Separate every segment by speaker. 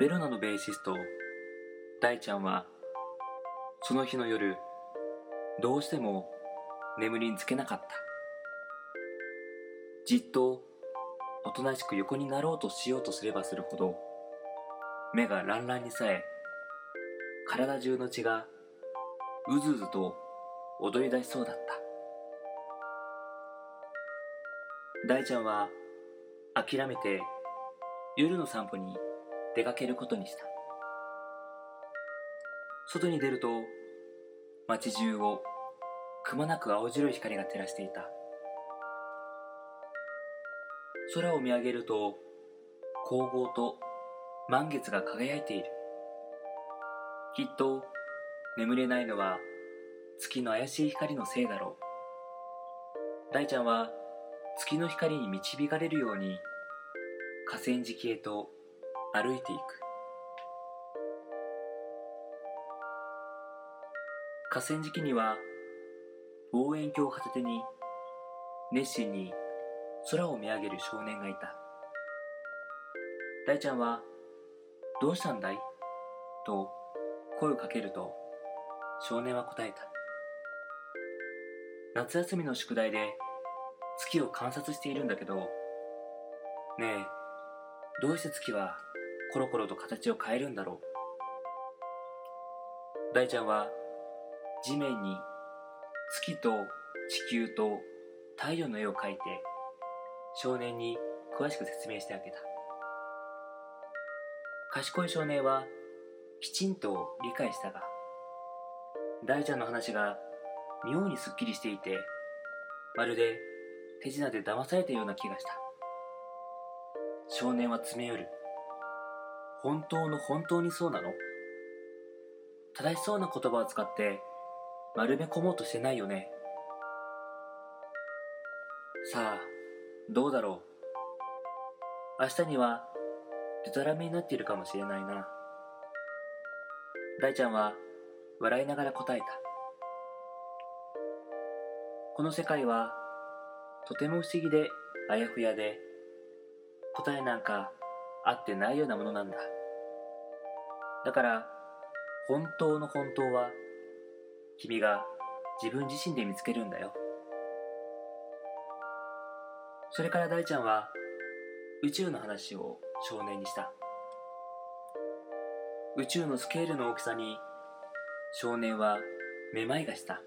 Speaker 1: ベロナのベーシスト大ちゃんはその日の夜どうしても眠りにつけなかったじっとおとなしく横になろうとしようとすればするほど目が乱々にさえ体中の血がうずうずと踊り出しそうだった大ちゃんは諦めて夜の散歩に出かけることにした外に出ると街中をくまなく青白い光が照らしていた空を見上げると光合と満月が輝いているきっと眠れないのは月の怪しい光のせいだろう大ちゃんは月の光に導かれるように河川敷へと歩いていく河川敷には望遠鏡を片手に熱心に空を見上げる少年がいた大ちゃんは「どうしたんだい?」と声をかけると少年は答えた夏休みの宿題で月を観察しているんだけどねえどうして月はコロコロと形を変えるんだろう大ちゃんは地面に月と地球と太陽の絵を描いて少年に詳しく説明してあげた賢い少年はきちんと理解したが大ちゃんの話が妙にすっきりしていてまるで手品で騙されたような気がした少年は詰め寄る本当の本当にそうなの正しそうな言葉を使って丸め込もうとしてないよねさあどうだろう明日にはデタラメになっているかもしれないな大ちゃんは笑いながら答えたこの世界はとても不思議であやふやで答えなんか合ってないようなものなんだだから本当の本当は君が自分自身で見つけるんだよそれから大ちゃんは宇宙の話を少年にした宇宙のスケールの大きさに少年はめまいがした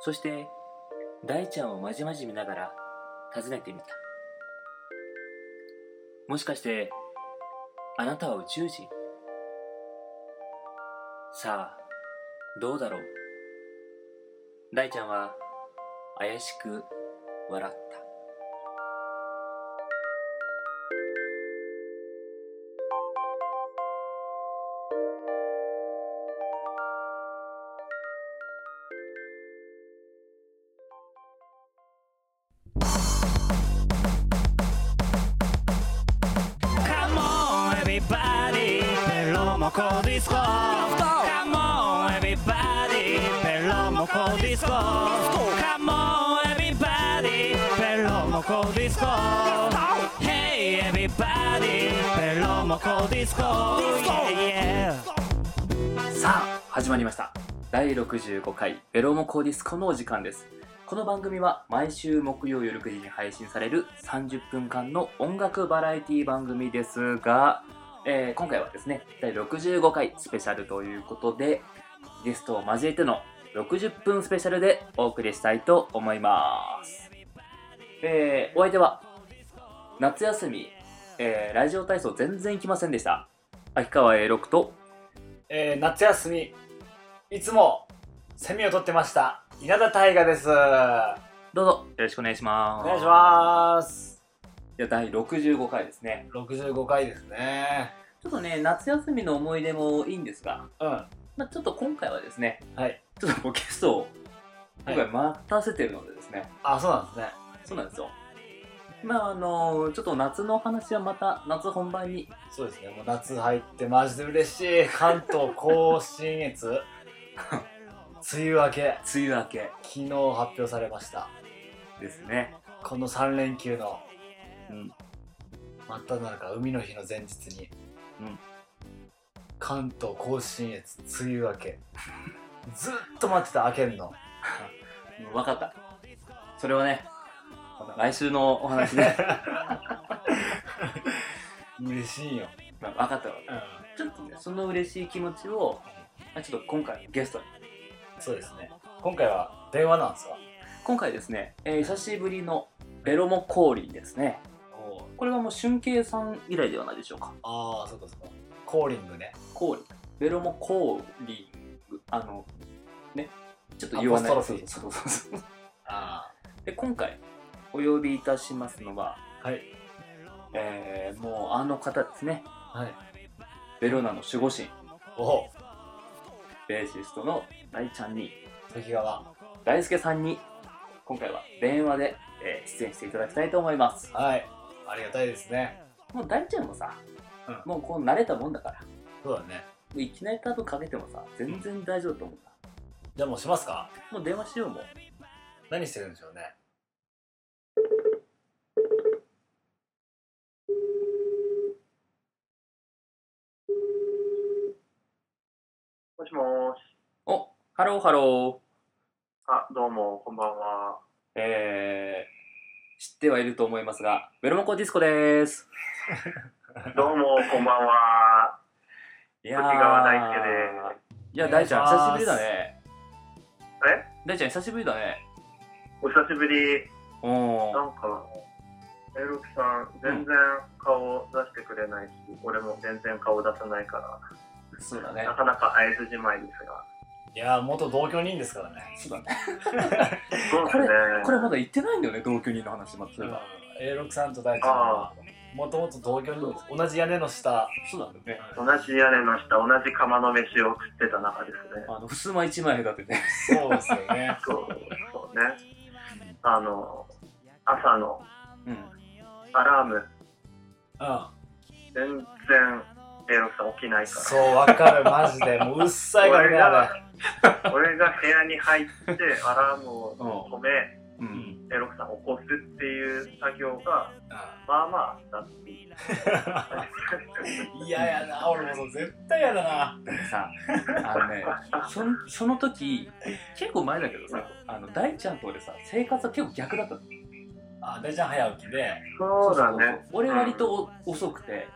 Speaker 1: そして大ちゃんをまじまじ見ながら尋ねてみたもしかしてあなたは宇宙人さあどうだろう大ちゃんは怪しく笑ったさあ始まりました第65回ベロモコディスコのお時間ですこの番組は毎週木曜夜9時に配信される30分間の音楽バラエティ番組ですが、えー今回はですね第65回スペシャルということでゲストを交えての60分スペシャルでお送りしたいと思いますえーお相手は夏休み、えーラジオ体操全然行きませんでした秋川栄六と
Speaker 2: えー夏休みいつもセミを取ってました稲田大我ですお
Speaker 1: どうぞよろしくお願いします。
Speaker 2: 願いします
Speaker 1: す。いや第65回ですね。
Speaker 2: 65回ですね
Speaker 1: ちょっとね夏休みの思い出もいいんですが、
Speaker 2: うん
Speaker 1: まあちょっと今回はですね、
Speaker 2: はい
Speaker 1: ちょっともうゲストを今回待たせてるのでですね、
Speaker 2: あそうなんですね
Speaker 1: そうなんですよ。まああのちょっと夏のお話はまた夏本番に
Speaker 2: そうですねもう夏入ってマジで嬉しい関東甲信越梅雨明け
Speaker 1: 梅雨明け
Speaker 2: 昨日発表されました
Speaker 1: ですね。
Speaker 2: この3連休の
Speaker 1: うん。
Speaker 2: またなんか海の日の前日に、
Speaker 1: うん
Speaker 2: 関東甲信越梅雨明けずっと待ってた明けんの
Speaker 1: うんわかった。それはね、来週のお話ね。
Speaker 2: 嬉しいよ、
Speaker 1: まあわかったわ。ちょっとね、その嬉しい気持ちを、まあちょっと今回ゲストに。
Speaker 2: そうですね今回は電話なんですか
Speaker 1: 今回ですね、えー久しぶりのベロモ降臨ですね。これはもう俊慶さん以来ではないでしょうか。
Speaker 2: ああそっかそっかコーリングね
Speaker 1: 降臨。ベロモ降臨。あの、ね、ちょっと言わない
Speaker 2: アポストロフィー
Speaker 1: そうそうそうそう。
Speaker 2: あ
Speaker 1: で、今回、お呼びいたしますのは、
Speaker 2: あはい
Speaker 1: えーもうあの方ですね。
Speaker 2: はい
Speaker 1: ベロナの守護神、
Speaker 2: おお
Speaker 1: ベーシストの大ちゃんに、
Speaker 2: 関川
Speaker 1: 大輔さんに今回は電話で、えー出演していただきたいと思います
Speaker 2: はいありがたいですね
Speaker 1: もう大ちゃんもさ、
Speaker 2: うん
Speaker 1: もうこう慣れたもんだからも
Speaker 2: そうだね
Speaker 1: ういきなり多分かけてもさ全然大丈夫だと思うな
Speaker 2: じゃあもうしますか
Speaker 1: もう電話しようもう
Speaker 2: 何してるんでしょうね
Speaker 3: もしもーし。
Speaker 1: おハローハロー
Speaker 3: あ、どうも、こんばんは。
Speaker 1: えー、知ってはいると思いますがベロモコディスコです
Speaker 3: どうも、こんばんは。
Speaker 1: い
Speaker 3: やー内川大輔
Speaker 1: いや大ちゃん
Speaker 2: お願いしま
Speaker 1: 久し
Speaker 2: す
Speaker 1: ぶりだね
Speaker 3: え
Speaker 1: 大ちゃん久しぶりだね
Speaker 3: お久しぶり。
Speaker 1: お
Speaker 3: な
Speaker 1: ー
Speaker 3: んか、エロキさん、全然顔出してくれないし、俺も全然顔出さないか
Speaker 1: そうだ
Speaker 3: ら、
Speaker 1: ね
Speaker 3: なかなか会えずじまいですが。
Speaker 2: いやー元同居人ですからね
Speaker 1: そうだね
Speaker 3: そうですね。
Speaker 1: これまだ言ってないんだよね同居人の話ま
Speaker 2: う
Speaker 1: ず
Speaker 2: ん A6 さんと大ちゃんはもともと同居人同じ屋根の下
Speaker 1: そうだね
Speaker 3: 同じ屋根の下、同じ釜の飯を食ってた中ですね。
Speaker 1: あの、ふすま一枚だってね。
Speaker 2: そうですよね
Speaker 3: そう、そうね。あの、朝の
Speaker 1: うん。
Speaker 3: アラーム、
Speaker 2: うん
Speaker 3: 全然エロキさん起きないから。
Speaker 2: そうわかるマジでもううっさいからねあれ
Speaker 3: 俺が部屋に入ってアラームを止め、
Speaker 1: う。
Speaker 2: うん
Speaker 3: エロクさんを起こすっていう作業が
Speaker 2: ん
Speaker 3: まあまああったっていう
Speaker 2: 嫌やな俺もそう絶対嫌だな
Speaker 1: さ、あのね、そんその時、結構前だけどさ、あの、大ちゃんと俺さ、生活は結構逆だったの。
Speaker 2: あ大ちゃん早起きで
Speaker 3: そうだ
Speaker 1: そうそう
Speaker 3: ね
Speaker 1: そう俺割とお遅くて、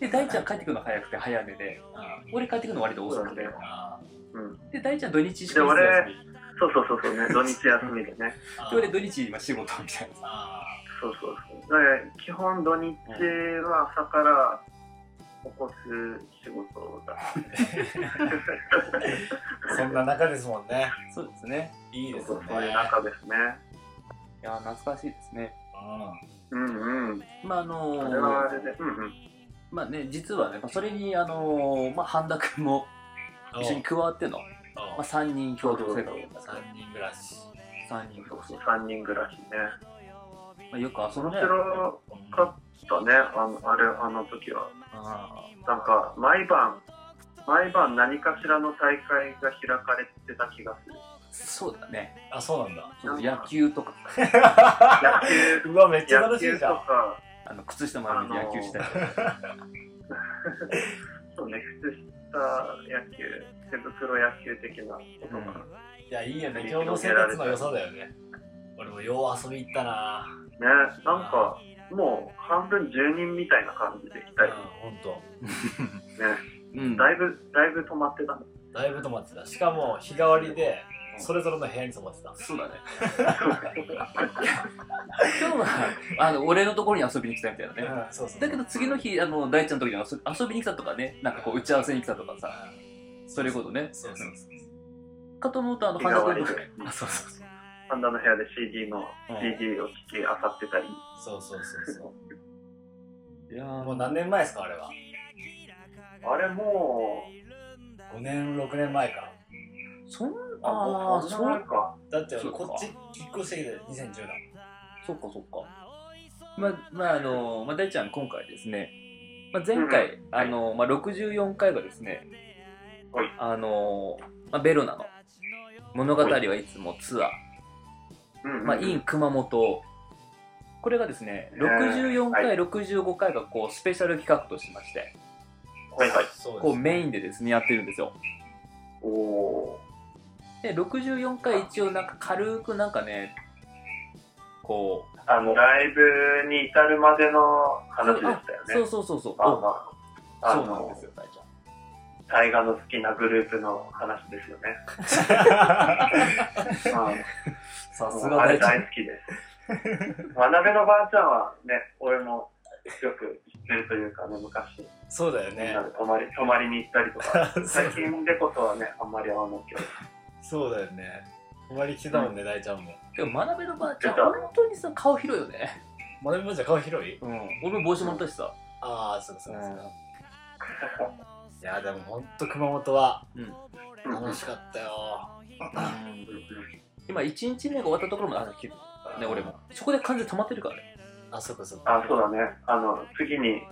Speaker 1: で、大ちゃん帰ってくるの早くて早めで、
Speaker 2: うんうん
Speaker 1: 俺帰ってくるの割と遅くて、
Speaker 2: あ
Speaker 3: うん、
Speaker 1: で、大ちゃん土日し
Speaker 3: で
Speaker 1: か
Speaker 3: 俺
Speaker 1: 休みで
Speaker 3: そうそうそうそうね 土日休みでね
Speaker 2: ー
Speaker 1: 俺土日今仕事みたいなさ。
Speaker 2: あ
Speaker 3: そうそうそうだから基本土日は朝から起こす仕事だ
Speaker 2: ーそんな 中ですもんね
Speaker 1: そうですね。
Speaker 2: いいです
Speaker 3: そ
Speaker 2: よ
Speaker 3: う
Speaker 2: ね
Speaker 3: そういう中ですね
Speaker 1: いや、懐かしいですね。
Speaker 2: う
Speaker 3: うんうん
Speaker 1: まあ、あの
Speaker 3: それはあれでうんうん
Speaker 1: まあね、実はね、まあそれに、あのまあ、半田君も
Speaker 2: ん
Speaker 1: 一緒に加わっての、まあ、
Speaker 2: 3
Speaker 1: 3人共同生活だったから
Speaker 2: 人暮らし
Speaker 1: 3人と
Speaker 3: そう3人暮らしね
Speaker 1: まあ、よく遊んで
Speaker 3: 面白かったねあのあれあの時はなんか毎晩毎晩何かしらの大会が開かれてた気がする
Speaker 1: そうだね
Speaker 2: あそうなんだ
Speaker 1: ちょっと野球とか
Speaker 3: 野球
Speaker 2: うわめっちゃ
Speaker 3: 野
Speaker 2: 楽し
Speaker 3: 球
Speaker 2: い
Speaker 3: と
Speaker 2: じゃん
Speaker 3: か
Speaker 1: あの靴下丸めて野球したりとか、
Speaker 3: そうね靴下野球手袋野球的なことかな、
Speaker 2: いやいいよね共同生活の良さだよね俺もよう遊び行ったな
Speaker 3: ねなんかもう半分住人みたいな感じで来た
Speaker 2: うん
Speaker 3: りね、
Speaker 2: 本当。
Speaker 1: うん
Speaker 3: だいぶだいぶ止まってたね
Speaker 2: だいぶ泊まってたしかも日替わりでそれぞれの部屋に泊まってた
Speaker 1: そうだね今日はあの俺のところに遊びに来たみたいなね、
Speaker 2: うんそうそう
Speaker 1: だけど次の日あの大ちゃんの時に遊び遊びに来たとかねなんかこう打ち合わせに来たとかさそれこそね
Speaker 2: そうそうそう
Speaker 1: かと思うとあの
Speaker 3: 日
Speaker 1: 半
Speaker 3: 替
Speaker 1: 田
Speaker 3: わ
Speaker 1: 君の
Speaker 3: りで
Speaker 1: ねあそうそうそう
Speaker 3: 神田の部屋で CD の
Speaker 1: うん
Speaker 3: CD を聴きあさってたり
Speaker 2: そうそうそうそ
Speaker 1: いや
Speaker 2: う
Speaker 1: ー
Speaker 2: もう何年前ですかあれは
Speaker 3: あれもう
Speaker 2: 5年6年前か
Speaker 1: そん
Speaker 3: あ
Speaker 1: あ
Speaker 3: も
Speaker 1: ー
Speaker 3: う
Speaker 1: そ
Speaker 3: そんなもん
Speaker 1: う
Speaker 3: か
Speaker 2: だって
Speaker 1: そう
Speaker 2: 俺
Speaker 1: か
Speaker 2: こっち引っ越してきて2010年
Speaker 1: そっかそっかまあまああのまあ大ちゃん今回ですね、まあ、前回、
Speaker 3: うん
Speaker 1: あのまあ64回がですね、
Speaker 3: はい
Speaker 1: あのまあ、ベロナの物語はいつもツアー、
Speaker 3: うんうん
Speaker 1: まあ、イン熊本これがですね、
Speaker 3: ね
Speaker 1: 64
Speaker 3: は
Speaker 1: 回、
Speaker 3: い
Speaker 1: 65回がこうスペシャル企画としまして、
Speaker 3: はいはい
Speaker 2: そうです
Speaker 1: こうメインでですね、やってるんですよ。
Speaker 3: おお
Speaker 1: で、64回一応なんか軽くなんかね、こう、
Speaker 3: ーあのライブに至るまでの話でしたよね
Speaker 1: そうそうそうそう。
Speaker 3: あまああ
Speaker 1: そうなん
Speaker 3: の
Speaker 1: ですよ、大ちゃん。
Speaker 3: 大河の好きなグループの話ですよねうん
Speaker 1: さす
Speaker 3: あ
Speaker 1: が大
Speaker 3: れ
Speaker 1: ちゃ
Speaker 3: 大
Speaker 1: ん。
Speaker 3: 好きです。学べのばあちゃんはね、俺もよく知ってるというかね、昔、
Speaker 2: そうだよ
Speaker 3: みん
Speaker 2: ね
Speaker 3: なで泊まり泊まりに行ったりとか、最
Speaker 2: そう
Speaker 3: 近でこそはね、あんまり会わないけど、
Speaker 2: そうだよね泊まり来てたもんね大ちゃんも
Speaker 1: でも、学べのばあちゃん、
Speaker 3: 出た
Speaker 1: 本当にさ、顔広いよね。
Speaker 2: まなみばあちゃん顔広い
Speaker 1: うん。俺も帽子もらったしさ。
Speaker 2: ああそうかそうかそうか いやでもほんと熊本は
Speaker 3: うん
Speaker 2: 楽しかったよ
Speaker 1: 今、1日目が終わったところまで話聞いてるからね、俺も。そこで完全に溜まってるからね。
Speaker 2: あそうかそうか
Speaker 3: あ、そうだね、あの、次に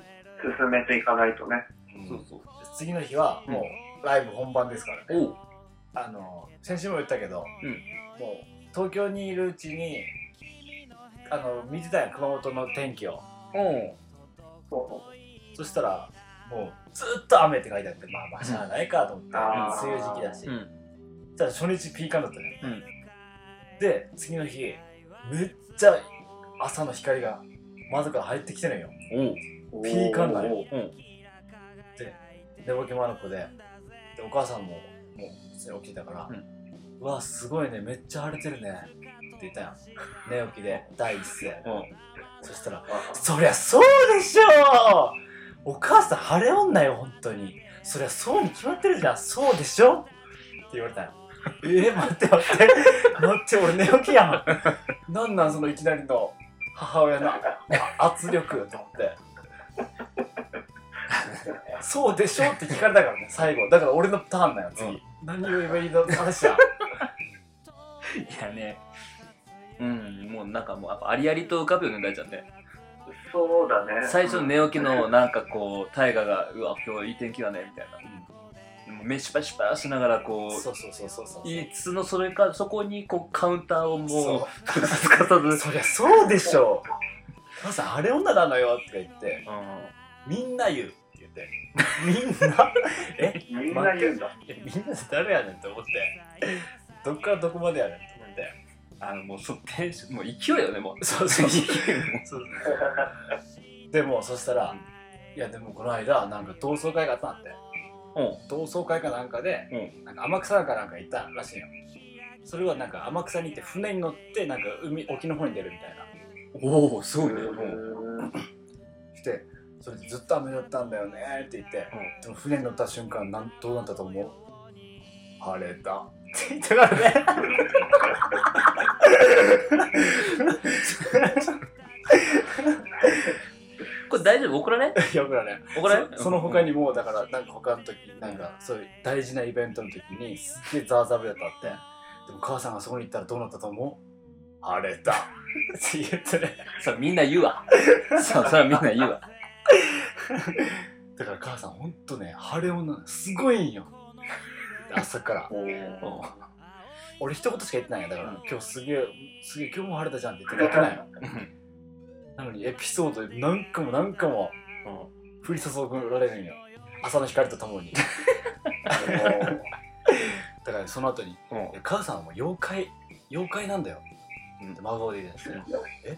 Speaker 3: 進めていかないとね、
Speaker 2: うん
Speaker 1: そうそう。
Speaker 2: 次の日はもうライブ本番ですからね
Speaker 1: おう。
Speaker 2: あの先週も言ったけど、
Speaker 1: うん
Speaker 2: もう東京にいるうちにあの見てたよ熊本の天気を
Speaker 1: うん。
Speaker 3: そう
Speaker 2: そしたらもうずっと雨って書いてあってまあまあしゃあないかと思って
Speaker 3: あー
Speaker 2: 梅雨時期だし、
Speaker 1: うん。
Speaker 2: そしたら初日ピーカンだったね、
Speaker 1: うん
Speaker 2: で次の日めっちゃ朝の光が窓から入ってきてるんよ
Speaker 1: おう。
Speaker 2: ピーカンだね
Speaker 3: おー
Speaker 1: うん。
Speaker 2: 寝ぼけまの子ででお母さんももう普通に起きてたから「
Speaker 1: う
Speaker 2: うんわすごいねめっちゃ晴れてるね」って言ったやん寝起きで第一声
Speaker 1: うん。
Speaker 2: そしたら
Speaker 3: あ
Speaker 2: 「そりゃそうでしょうお母さん晴れ女よ本当にそりゃそうに決まってるじゃんそうでしょ」って言われたよえー、待って待って待って俺寝起きやんなんなんそのいきなりの母親の圧力と思ってそうでしょって聞かれたからね最後だから俺のターンだよ次、
Speaker 1: うん
Speaker 2: 何を言えばいいのって話 や
Speaker 1: いやね。うん、もうなんかもう、やっぱありありと浮かぶよね、大ちゃんね。
Speaker 3: そうだね。
Speaker 1: 最初の寝起きのなんかこう大河が「うわ今日いい天気だね」みたいな、もう目シュパシュパしながらこう
Speaker 2: そうそうそうそうそう
Speaker 1: 言いつつのそれかそこにこうカウンターをも
Speaker 2: そう
Speaker 1: すかさず、うん、
Speaker 2: そりゃそうでしょ母さん晴れ女なのよって言ってみんな言うって言ってみんなえ
Speaker 3: うんみんな言うんだ。
Speaker 2: えみんな誰やねんって思ってどっからどこまでやねんって思って
Speaker 1: あのもうそテンションもう勢いよねもう
Speaker 2: そうそう
Speaker 1: 勢
Speaker 2: そ
Speaker 1: いも
Speaker 2: そうでもそしたら、いやでもこの間なんか同窓会があったんだって
Speaker 1: う
Speaker 2: 同窓会かなんかで、なんか天草かなんか行ったらしいよそれはなんか天草に行って船に乗ってなんか海沖の方に出るみたいな
Speaker 1: うんおおすごいね
Speaker 3: う
Speaker 1: うん
Speaker 3: ん
Speaker 2: してそれでずっと雨だったんだよねって言って、
Speaker 1: う
Speaker 2: でも船に乗った瞬間なんどうなったと思う晴れたって言ったからね
Speaker 1: これ大丈夫怒られ
Speaker 2: よくだね
Speaker 1: 怒られ
Speaker 2: そその他
Speaker 1: に
Speaker 2: にもだからなんか他の時なんかそういう大事なイベントの時にすっげえザーザーブだったってでも母さんがそこに行ったらどうなったと思う晴れたって言ってね
Speaker 1: さあみんな言うわさあそれはみんな言うわ
Speaker 2: だから母さんほんとね晴れ女なのすごいんよ朝から
Speaker 3: お
Speaker 1: う
Speaker 3: ー
Speaker 1: ん
Speaker 2: 俺一言しか言ってないよだから今日すげえすげえ今日も晴れたじゃんって言って言ってないのなのにエピソードで何回も何回も降り注ぐられるんよ朝の光ととも にだからその後に
Speaker 1: うんうん
Speaker 2: で母さんはもう妖怪妖怪なんだよ、
Speaker 1: うん
Speaker 2: って孫で言うんですよ、え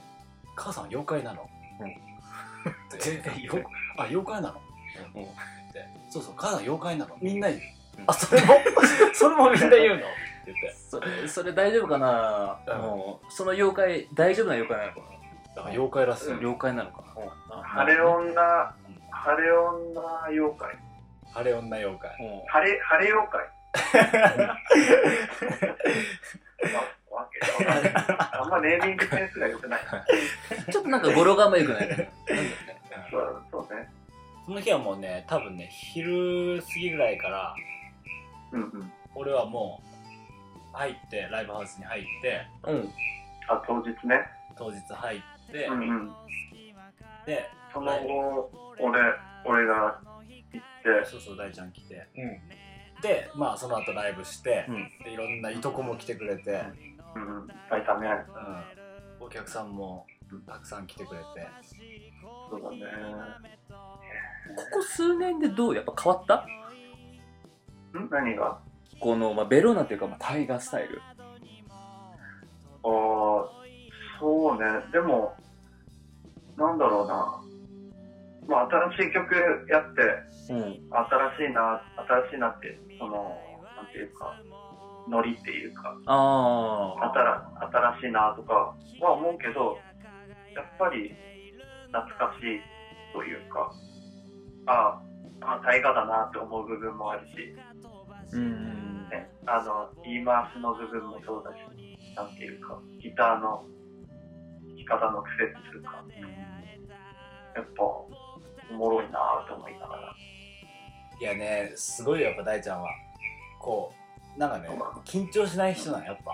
Speaker 2: 母さんは妖怪なの、
Speaker 1: うん
Speaker 2: でえよあ妖怪なの、
Speaker 1: うん
Speaker 2: ってそうそう母さんは妖怪なのみんな言う、
Speaker 1: うん
Speaker 2: あそれもそれもみんな言うのって言って
Speaker 1: それそれ大丈夫かな、
Speaker 2: うん
Speaker 1: もうその妖怪大丈夫な妖怪なのか
Speaker 2: だから妖怪らしい、
Speaker 1: な、
Speaker 3: うん
Speaker 1: 妖怪なのかな、
Speaker 3: 晴れ女、晴れ女妖怪。
Speaker 2: 晴れ女妖怪
Speaker 1: うん
Speaker 3: 晴れ、晴れ妖怪。まあわけわかんないあんまネーミングセンスが良くない。
Speaker 1: ちょっとなんか語呂があんま良くない ね。なんだよね
Speaker 3: そうそうね。
Speaker 2: その日はもうね多分ね昼過ぎぐらいから
Speaker 3: うんうん。
Speaker 2: 俺はもう入ってライブハウスに入って
Speaker 1: うん。
Speaker 3: あ、当日ね。
Speaker 2: 当日入って、
Speaker 3: うんうん。
Speaker 2: で
Speaker 3: その後、俺、俺が行って、
Speaker 2: そうそう大ちゃん来て
Speaker 1: うん。
Speaker 2: でまあその後ライブして、
Speaker 1: うん
Speaker 2: でいろんないとこも来てくれて、
Speaker 3: うんうん。いっぱいたね。
Speaker 2: うんお客さんもたくさん来てくれて
Speaker 3: そうだね。
Speaker 1: ここ数年でどうやっぱ変わった
Speaker 3: ん何が
Speaker 1: この、まあ、ベローナというか、まあ、タイガースタイル
Speaker 3: ああ、そうね。でも、なんだろうな。まあ、新しい曲やって、
Speaker 1: うん
Speaker 3: 新しいな、新しいなって、その、なんていうか、ノリっていうか、
Speaker 1: ああ
Speaker 3: 新新しいなとかは思うけど、やっぱり懐かしいというか、ああ、ああ大河だなって思う部分もあるし、
Speaker 1: うん
Speaker 3: ね、あの言い回しの部分もそうだし、なんていうか、ギターの弾き方の癖っていうか、やっぱおもろいなぁと思いながら。
Speaker 2: いやねすごいよやっぱ大ちゃんはこうなんかね緊張しない人なんやっぱ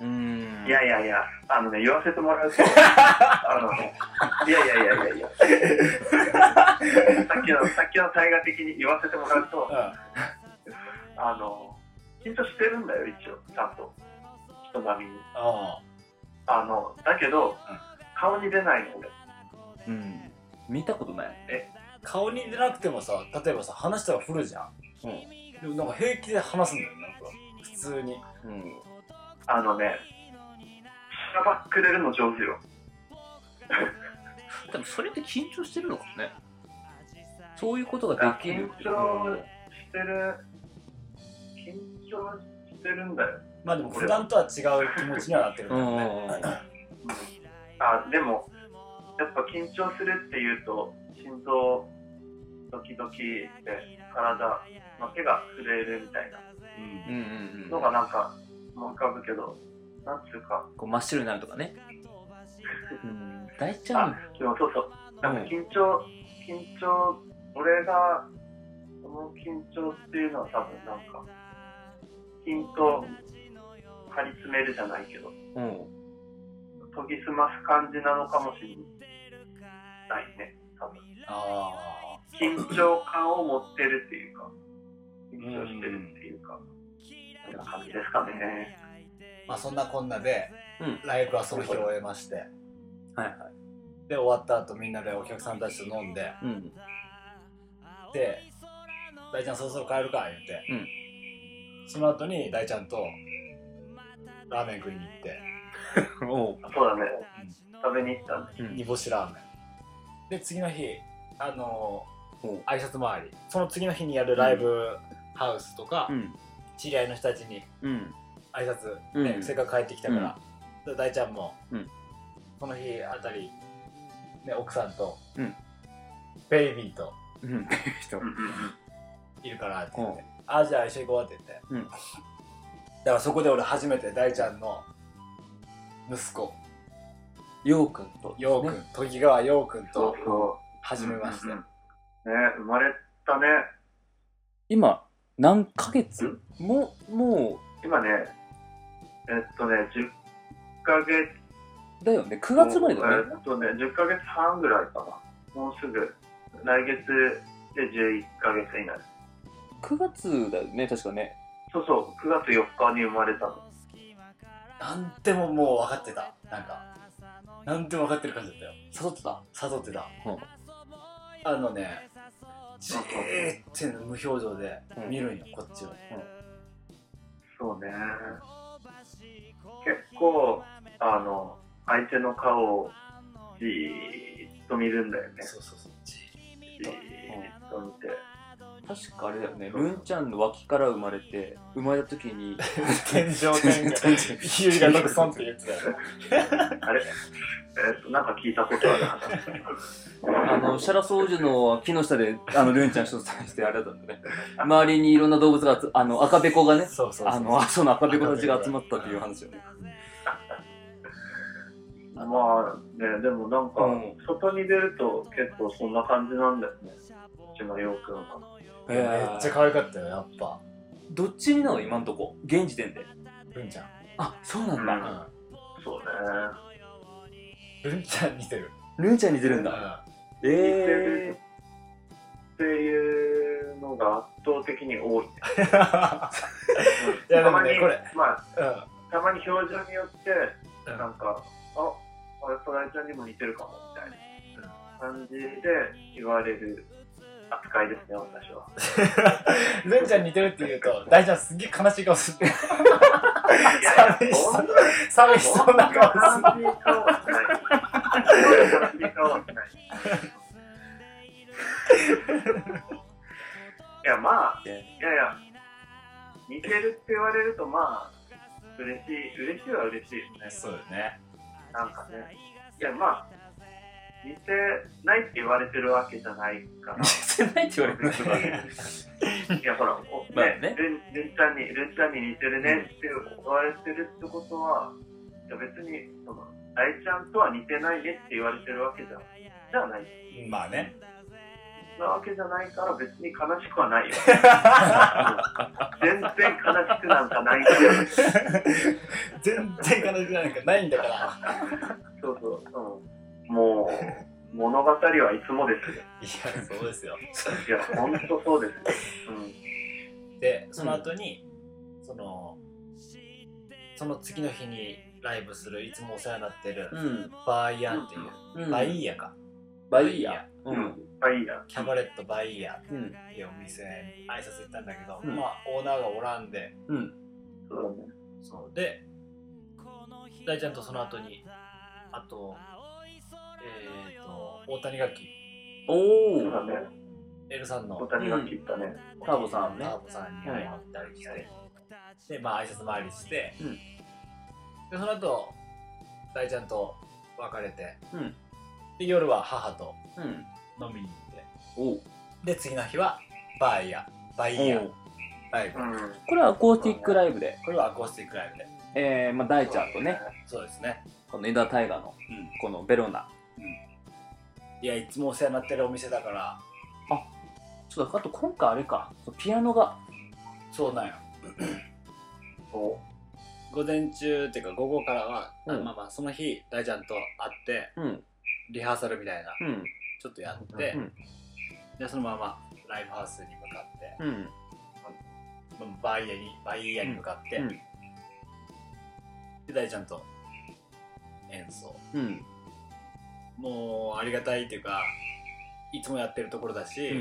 Speaker 1: うん
Speaker 3: いやいやいや、あのね、言わせてもらうと、あのね、いやいやいやいやいや、さっきの、さっきの大河的に言わせてもらうと、あの、緊張してるんだよ、一応、ちゃんと。人並みに。
Speaker 2: う
Speaker 3: あの、だけど、顔に出ないの、俺。
Speaker 1: うん見たことない
Speaker 2: ん顔に出なくてもさ例えばさ話したら振るじゃん
Speaker 1: うん
Speaker 2: でもなんか平気で話すんだよなんか普通に
Speaker 1: うん
Speaker 3: あのね、しらばっくれるの上手よ。
Speaker 1: 多分それって緊張してるのかもねそういうことができる
Speaker 3: 緊張してる、緊張してるんだよ。
Speaker 2: まあでも普段とは違う気持ちにはなってるか
Speaker 1: う
Speaker 2: ら
Speaker 1: ん
Speaker 2: ね
Speaker 3: うんあ、でも、やっぱ緊張するっていうと、心臓、ドキドキで体、まあ手が震えるみたいな
Speaker 1: うんうんうん
Speaker 3: のがなんか思い浮かぶけど、なんつうか、
Speaker 1: こう真っ白になるとかねうん大ちゃん
Speaker 3: でもそうそう、なんか
Speaker 1: うん
Speaker 3: 緊張、緊張、俺が、この緊張っていうのは多分なんか、緊と張り詰めるじゃないけど、
Speaker 1: うん
Speaker 3: 研ぎ澄ます感じなのかもしれないね、多分。
Speaker 2: あ
Speaker 3: 緊張感を持ってるっていうか、緊張してるっていうか、そんな感じですかね。
Speaker 2: ーまあそんなこんなで
Speaker 1: うん
Speaker 2: ライブはその日を終えまして
Speaker 1: はいはい
Speaker 2: で終わった後みんなでお客さんたちと飲んで
Speaker 1: うん
Speaker 2: で大ちゃんそろそろ帰るか言って、
Speaker 1: うん
Speaker 2: その後に大ちゃんとラーメン食いに行って
Speaker 1: おう
Speaker 3: そうだね、食べに行ったんで。
Speaker 1: うん
Speaker 2: 煮干しラーメンで次の日あの
Speaker 1: おう
Speaker 2: ー挨拶回りその次の日にやるライブハウスとか、
Speaker 1: うん
Speaker 2: 知り合いの人たちに
Speaker 1: うん
Speaker 2: 挨拶、
Speaker 1: うん
Speaker 2: ねせっかく帰ってきたから、で大ちゃんも、
Speaker 1: うん
Speaker 2: その日あたり、ね、奥さんと、
Speaker 1: うん
Speaker 2: ベイビーと
Speaker 1: うん人
Speaker 3: うんうんうん
Speaker 2: いるからって言って
Speaker 1: う
Speaker 2: 「あじゃあ一緒に行こう」って言って、
Speaker 1: うん
Speaker 2: だからそこで俺初めて大ちゃんの息子
Speaker 1: ようくんと
Speaker 2: 陽君、と時川陽君
Speaker 3: そう
Speaker 2: と
Speaker 3: そ
Speaker 2: 初
Speaker 3: う。
Speaker 2: めまして、
Speaker 3: うんうんうんね、生まれたね。
Speaker 1: 今何ヶ月もも
Speaker 3: 今ね、えっとね、10ヶ月。
Speaker 1: うだよね9月までだよね
Speaker 3: えっとね、10ヶ月半ぐらいかな。もうすぐ。来月で11ヶ月になる。
Speaker 1: 9月だよね確かね
Speaker 3: そうそう、9月4日に生まれたの。
Speaker 2: なんでももう分かってたなんかなんでも分かってる感じだったよ
Speaker 1: 誘ってた
Speaker 2: 誘ってた、
Speaker 1: うん
Speaker 2: あのねじーって無表情で
Speaker 1: うん
Speaker 2: 見るんよ、こっちを、
Speaker 3: そうね。結構、あの、相手の顔をじーっと見るんだよね。
Speaker 2: そうそうそうじ
Speaker 3: じーっと見て。
Speaker 1: 確かあれだよねルンちゃんの脇から生まれて生まれた時 に
Speaker 2: ー天井天 井ゆうが独尊って言ってたよ
Speaker 3: あれえっと、なんか聞いたことある話。
Speaker 1: あの、シャラソウジュの木の下で、あの、ルンちゃん一つ探してあれだったんだね。周りにいろんな動物が集、あの、赤べこがね、
Speaker 2: そうそうそう
Speaker 1: あの、阿蘇の赤べこたちが集まったっていう話よね。
Speaker 3: まあね、でもなんか
Speaker 1: うん、
Speaker 3: 外に出ると結構そんな感じなんだよね。うちの陽君は。
Speaker 2: いやめっちゃ可愛かったよやっぱ
Speaker 1: どっちになの今んとこ。現時点で。
Speaker 2: ルンちゃん、
Speaker 1: あ、そうなん
Speaker 3: う
Speaker 1: だ。
Speaker 3: そうね。
Speaker 2: ルンちゃん似てる
Speaker 1: ルンちゃんに出るんだ。ええ
Speaker 3: っていうのが圧倒的に多
Speaker 2: うん
Speaker 3: い。
Speaker 2: いやでもねこれ
Speaker 3: まあ、
Speaker 2: う
Speaker 3: たまに表情によって、なんか、ああやっぱライちゃんにも似てるかもみたいな感じで言われる扱いですね私は
Speaker 2: ルンちゃん似てるって言うと、大ちゃんすっげえ悲しい顔する。
Speaker 3: いやいや
Speaker 2: そ
Speaker 3: そ
Speaker 2: ん
Speaker 3: ん
Speaker 2: な
Speaker 3: な
Speaker 2: 寂しそうな顔 する。
Speaker 3: 悲しい顔はしない悲しい顔はしないいやまあいやいや似てるって言われるとまあ嬉しい嬉しいは嬉しいです
Speaker 2: そう
Speaker 3: ね
Speaker 2: よね。
Speaker 3: なんかね、いや、まあ、似てないって言われてるわけじゃない から、
Speaker 1: 似てないって言われるのは
Speaker 3: いや、ほら、お
Speaker 1: まあ
Speaker 3: ね
Speaker 1: ね
Speaker 3: ルンルンちゃんに、ルンちゃんに似てるねって言われてるってことは、いや別に、その、大ちゃんとは似てないねって言われてるわけじゃじゃない。
Speaker 2: まあね。
Speaker 3: なわけじゃないから別に悲しく はないよ。全然悲しくなんかないけど、
Speaker 2: 全然悲しいなんかないんだから。
Speaker 3: そうそう、うん、もう、物語はいつもですよ。
Speaker 2: いや、そうですよ。
Speaker 3: いや、ほんとそうですよ。うん
Speaker 2: で、その後に、その、その次の日にライブする、いつもお世話になってる、
Speaker 1: うん
Speaker 2: バーイヤンっていう、
Speaker 1: うん
Speaker 2: バイヤか。
Speaker 1: バイヤーう
Speaker 3: うん
Speaker 1: ん
Speaker 3: あ、いいや。
Speaker 2: キャバレットバイヤ
Speaker 1: うん
Speaker 2: ーっていうお店に挨拶行ったんだけど、
Speaker 1: うん
Speaker 2: まあ、オーナーがおらんで、
Speaker 1: うん
Speaker 3: そうだね。
Speaker 2: そうで大ちゃんとその後にあとえっ、と大谷楽器
Speaker 1: お
Speaker 3: そうだ
Speaker 1: お
Speaker 3: ね。
Speaker 2: L さん
Speaker 3: 小
Speaker 2: の
Speaker 3: 谷が切ったね。
Speaker 1: ターボさんね
Speaker 2: ターボさんに会ったりして、でまあ挨拶回りして、
Speaker 1: うん
Speaker 2: でその後大ちゃんと別れて、
Speaker 1: うん
Speaker 2: で夜は母と
Speaker 1: うん
Speaker 2: 飲みに行って
Speaker 1: おう
Speaker 2: で次の日はバーイヤバイ
Speaker 1: お
Speaker 2: ヤ
Speaker 1: う
Speaker 2: ライブ、
Speaker 3: うん。
Speaker 1: これはアコースティックライブで
Speaker 2: これはアコースティックライブで
Speaker 1: えーまあ大ちゃんとね。
Speaker 2: そうですね
Speaker 1: この枝大河の
Speaker 2: うん
Speaker 1: このベロナ
Speaker 2: いやいつもお世話になってるお店だから
Speaker 1: ちょっとあと今回あれかそうピアノが
Speaker 2: そうなんよ
Speaker 3: そ
Speaker 2: 午前中っていうか午後からは、
Speaker 1: う
Speaker 2: あ
Speaker 1: ん
Speaker 2: まあまあその日大ちゃんと会って
Speaker 1: うん
Speaker 2: リハーサルみたいな
Speaker 1: うん
Speaker 2: ちょっとやって、
Speaker 1: うん
Speaker 2: でそのままライブハウスに向かって、
Speaker 1: うん
Speaker 2: バイヤにバイヤに向かって、
Speaker 1: うん
Speaker 2: で大ちゃんと演奏
Speaker 1: うん
Speaker 2: もうありがたいっていうかいつもやってるところだし、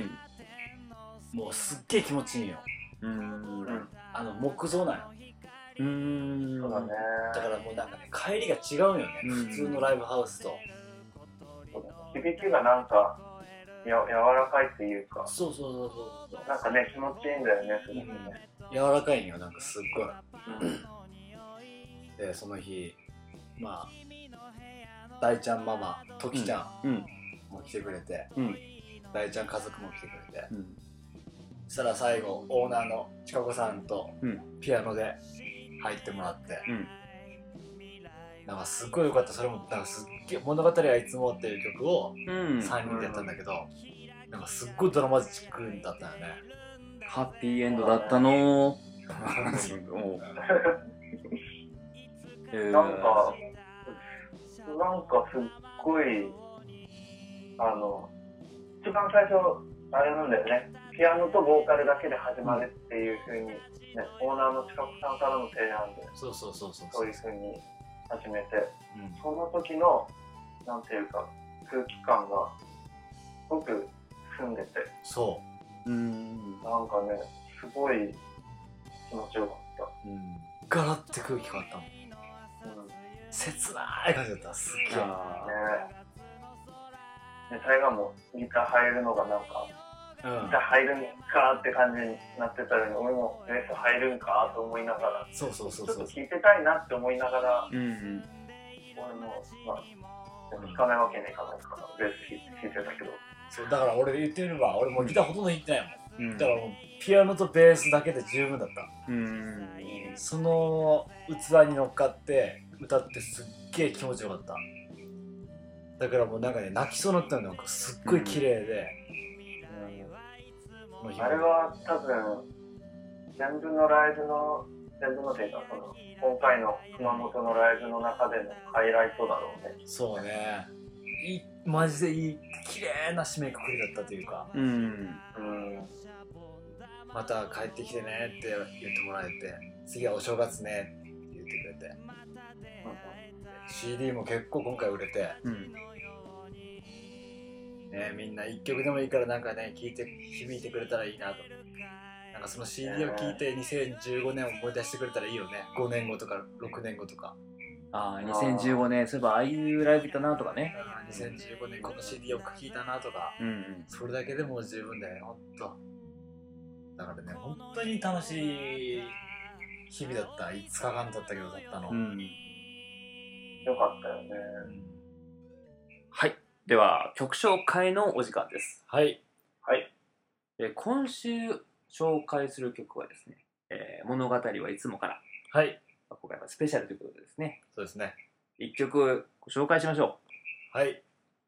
Speaker 2: もうすっげえ気持ちいいよ
Speaker 1: うん
Speaker 3: う。うん。
Speaker 2: あの木造なんよ
Speaker 1: うん
Speaker 3: そうだね。
Speaker 2: だからもうなんかね帰りが違うよね、
Speaker 1: うん
Speaker 2: 普通のライブハウスと
Speaker 3: そうだね響きがなんか、や柔らかいっていうか、
Speaker 2: そうそうそうそうそう
Speaker 3: なんかね、気持ちいいんだよね、すごくね。
Speaker 2: うん柔らかいんよなんかすっごい
Speaker 3: うん。
Speaker 2: でその日まあ大ちゃんママときちゃ
Speaker 1: うん
Speaker 2: んも来てくれて、
Speaker 1: うん
Speaker 2: 大ちゃん家族も来てくれて
Speaker 1: うん
Speaker 2: そしたら最後オーナーのちかこさんと
Speaker 1: うん
Speaker 2: ピアノで入ってもらって、
Speaker 1: うん
Speaker 2: なんかすっごい良かったそれもなんかすっげえ「物語はいつも」っていう曲を
Speaker 1: うん
Speaker 2: 3人でやったんだけど、なんかすっごいドラマチックだったよね
Speaker 1: ハッピーエンドだったのー おうえー
Speaker 3: なんか、なんかすっごい、あの、一番最初、あれなんだよね、ピアノとボーカルだけで始まるっていうふうに、ね、オーナーの近くさんからの提案で、
Speaker 2: そうそうそうそう
Speaker 3: そういうふうに始めて、
Speaker 2: うん
Speaker 3: その時の、なんていうか、空気感が、すごく澄んでて、
Speaker 2: そ
Speaker 1: うん
Speaker 3: なんかね、すごい気持ちよかっ
Speaker 2: う、うん、ガラッて空気変わったもん
Speaker 3: た。うん。ね
Speaker 2: 切ない感じだったすっげえ
Speaker 1: あ
Speaker 3: で、最後もギター入るのがなんか、
Speaker 2: うん
Speaker 3: ギター入るんかって感じになってたのに、俺もベース入るんかと思いながら、
Speaker 2: そうそうそう
Speaker 3: ちょっ
Speaker 2: そ
Speaker 3: と
Speaker 2: う
Speaker 3: 聴いてたいなって思いながら、
Speaker 1: ーうん
Speaker 3: 俺も、まあ、弾かないわけにいかないから、ベース弾いてたけど。
Speaker 2: そうだから俺言ってみれば俺もうギターほとんど弾いてないもん、
Speaker 1: うん
Speaker 2: だからもうピアノとベースだけで十分だった
Speaker 1: うん
Speaker 2: その器に乗っかって歌ってすっげえ気持ちよかっただからもうなんかね泣きそうになったのなんかすっごい綺麗で、もう
Speaker 3: あれは多分、全部のライブの、全部のというか、その、今回の熊本のライブの中でのハイライトだろうね。
Speaker 2: そうねいいマジでいい綺麗な締めくくりだったというか
Speaker 1: うん
Speaker 3: うん。
Speaker 2: また帰ってきてねって言ってもらえて次はお正月ねって言ってくれて CD も結構今回売れて、
Speaker 1: うん
Speaker 2: ね、みんな一曲でもいいからなんかね聴いて響いてくれたらいいなとなんかその CD を聴いて2015年を思い出してくれたらいいよね5年後とか6年後とか
Speaker 1: ああ2015年そういえばああいうライブ行ったなとかね
Speaker 2: あー2015年この CD を聴いたなとか
Speaker 1: うんうん
Speaker 2: それだけでもう十分だよねほんとだからね本当に楽しい日々だった5日間だったけどだったの、
Speaker 1: うん
Speaker 3: よかったよね。
Speaker 1: はいでは曲紹介のお時間です
Speaker 2: はい
Speaker 3: はい。
Speaker 1: えー今週紹介する曲はですね、えー物語はいつもから
Speaker 2: はい
Speaker 1: 今回はスペシャルということでですね
Speaker 2: そうですね
Speaker 1: 一曲ご紹介しましょ
Speaker 2: はい、
Speaker 1: う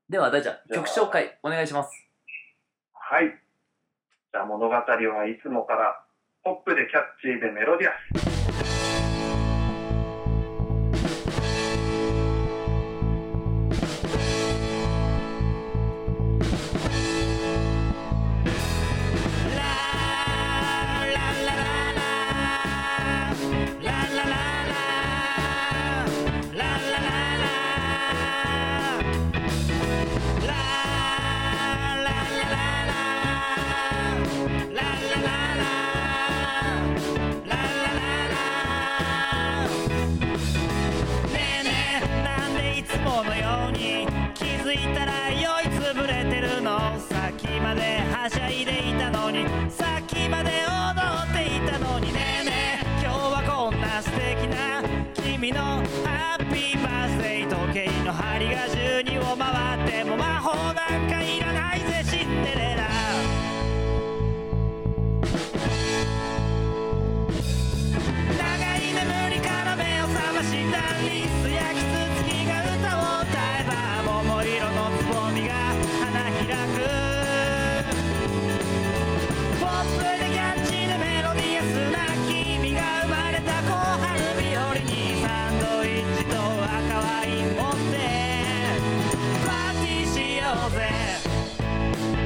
Speaker 1: では大ちゃん
Speaker 3: じゃあ
Speaker 1: 曲紹介お願いします
Speaker 3: はい。じゃあ物語はいつもから、ポップでキャッチーでメロディアス。
Speaker 4: ねえねえなんでいつものように気づいたら酔いつぶれてるのさっきまではしゃいでいたのにさっきまで踊っていたのにねえねえ今日はこんな素敵な君のハッピーバースデー時計の針が12を回っても魔法なんかいらないぜシンデレラ長い眠りから目を覚ましたリスやキツツキが歌を歌えば桃色のつぼみが花開くポップでキャッチーでメロディアスな君が生まれた小春日和にサンドイッチと赤ワイン持ってパーティーしようぜ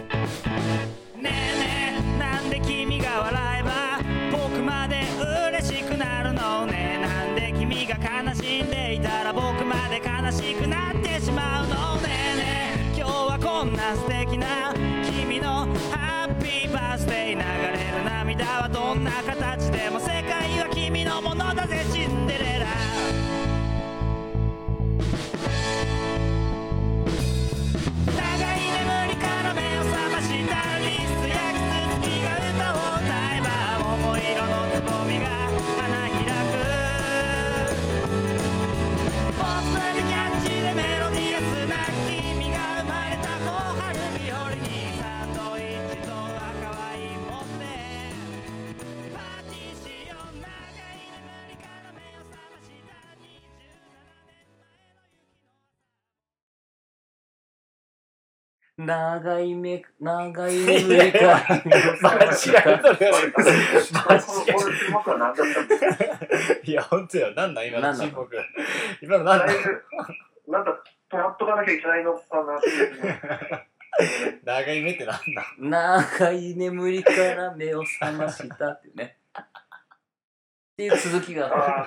Speaker 4: ねえねえなんで君が笑えば僕まで嬉しくなるのねえなんで君が悲しんでいたら僕まで悲しくなってしまうのねえねえ今日はこんな素敵な君のハッピーバースデー流れる涙はどんな形でも世界は君のものだぜシンデレラ長い眠りから目を覚ましたリスやキツツキが歌を歌えば桃色のつぼみが花開くポップでキャッチーでメロディアスな君が生まれた小春日和にサンドイッチと赤ワイン持ってパーティーしよう長い眠りから目を覚ました27
Speaker 1: 長いめ長い眠りから
Speaker 2: 間違えたね
Speaker 3: こ
Speaker 2: 間違
Speaker 3: れ、このこの注目は何だったんですか
Speaker 2: いや、本当よ。なんなん今の
Speaker 1: なんなん
Speaker 2: 沈黙。今のなんな
Speaker 3: だ
Speaker 2: ん
Speaker 3: いぶ、なんか、止まっとかなきゃいけないのかなっていう。
Speaker 2: 長い目ってなんなん
Speaker 1: 長い眠りから目を覚ましたっていうねっていう続き
Speaker 3: ああー、
Speaker 1: が
Speaker 3: はいはい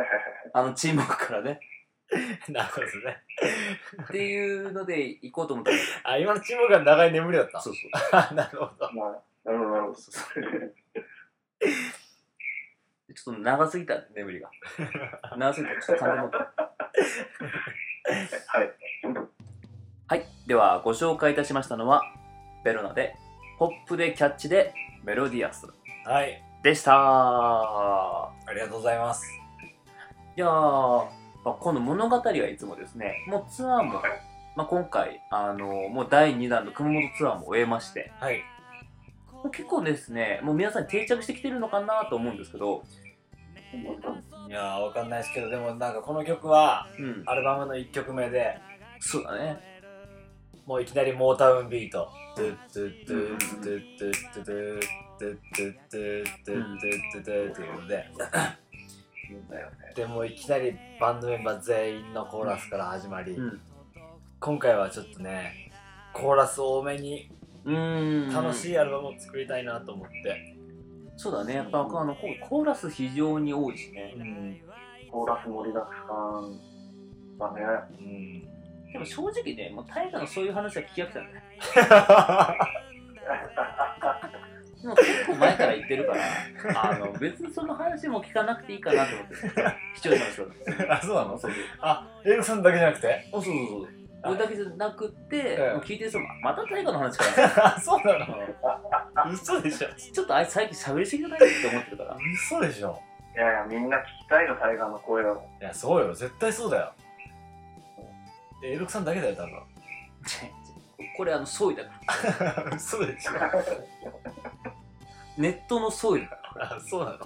Speaker 3: はい。
Speaker 1: あの沈黙からね
Speaker 2: なるほどね。
Speaker 1: っていうので行こうと思ったんですけ
Speaker 2: あ、今の沈黙が長い眠りだった
Speaker 1: ど。そうそう
Speaker 2: あなるほど。
Speaker 3: まあ、なるほど、なるほど。
Speaker 1: ちょっと長すぎた眠 りが長すぎたちょっと感じも
Speaker 3: はい。
Speaker 1: はい、ではご紹介いたしましたのはベロナでポップでキャッチでメロディアス
Speaker 2: はい。
Speaker 1: でした
Speaker 2: ありがとうございます。
Speaker 1: いやー、まあ、この物語はいつもですねもうツアーも、まあ、今回あのもう第2弾の熊本ツアーも終えまして
Speaker 2: はい。
Speaker 1: もう結構ですねもう皆さん定着してきてるのかなと思うんですけど
Speaker 2: いやー、わかんないですけど、でもなんかこの曲は、
Speaker 1: うん
Speaker 2: アルバムの1曲目で、
Speaker 1: そうだね
Speaker 2: もういきなりモータウンビート。ドゥッドゥッドゥッドゥッドゥッドゥッドゥッドゥッドゥッドゥッドゥッドゥッドゥッドゥッっていうので、
Speaker 3: だよね。
Speaker 2: でもういきなりバンドメンバー全員のコーラスから始まり、
Speaker 1: うん
Speaker 2: 今回はちょっとねコーラス多めに
Speaker 1: うん
Speaker 2: 楽しいアルバムを作りたいなと思って、
Speaker 1: そうだねやっぱあのココーラス非常に多いしね
Speaker 2: うん
Speaker 3: コーラス盛りだくさんだね。
Speaker 2: うん、
Speaker 1: でも正直ねもう大河のそういう話は聞き飽きたんだよでも結構前から言ってるから あの別にその話も聞かなくていいかなと思って視聴者の人
Speaker 2: あそうなの
Speaker 1: そうそう
Speaker 2: あエルさんだけじゃなくて
Speaker 1: そうそうそう俺だけじゃなくって、
Speaker 2: うん
Speaker 1: もう聞いてる人もまた大河の話か
Speaker 2: あそうな
Speaker 1: な
Speaker 2: の嘘でしょ
Speaker 1: ちょっとあいつ最近喋りすぎじゃないって思ってる から
Speaker 2: 嘘でしょ
Speaker 3: いやいや、みんな聞きたいよ、タイガーの声を。
Speaker 2: いやそうよ絶対そうだよえエルさんだけだよ多分
Speaker 1: これあの総意だから
Speaker 2: 嘘でしょ
Speaker 1: ネットの総意だから
Speaker 2: あそうなの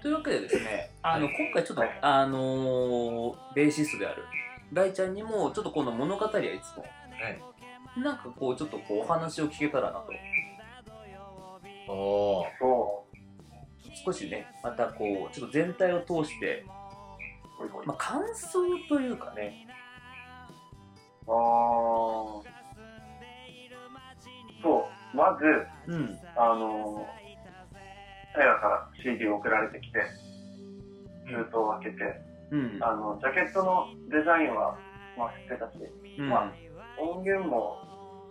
Speaker 1: というわけでですね、あの今回ちょっと、あのーベーシストである大ちゃんにも、ちょっとこの物語はいつも、なんかこう、ちょっとこうお話を聞けたらなと、
Speaker 2: おお
Speaker 3: そう。
Speaker 1: 少しね、またこう、ちょっと全体を通して、
Speaker 3: おいおい
Speaker 1: まあ、感想というかね、
Speaker 3: あーそう、まず、
Speaker 1: うん、
Speaker 3: あのー、タイガーから CD 送られてきて、封筒を開けて、
Speaker 1: うん、
Speaker 3: あの、ジャケットのデザインは、まあ、知ってたし、
Speaker 1: うん、
Speaker 3: まあ音源も、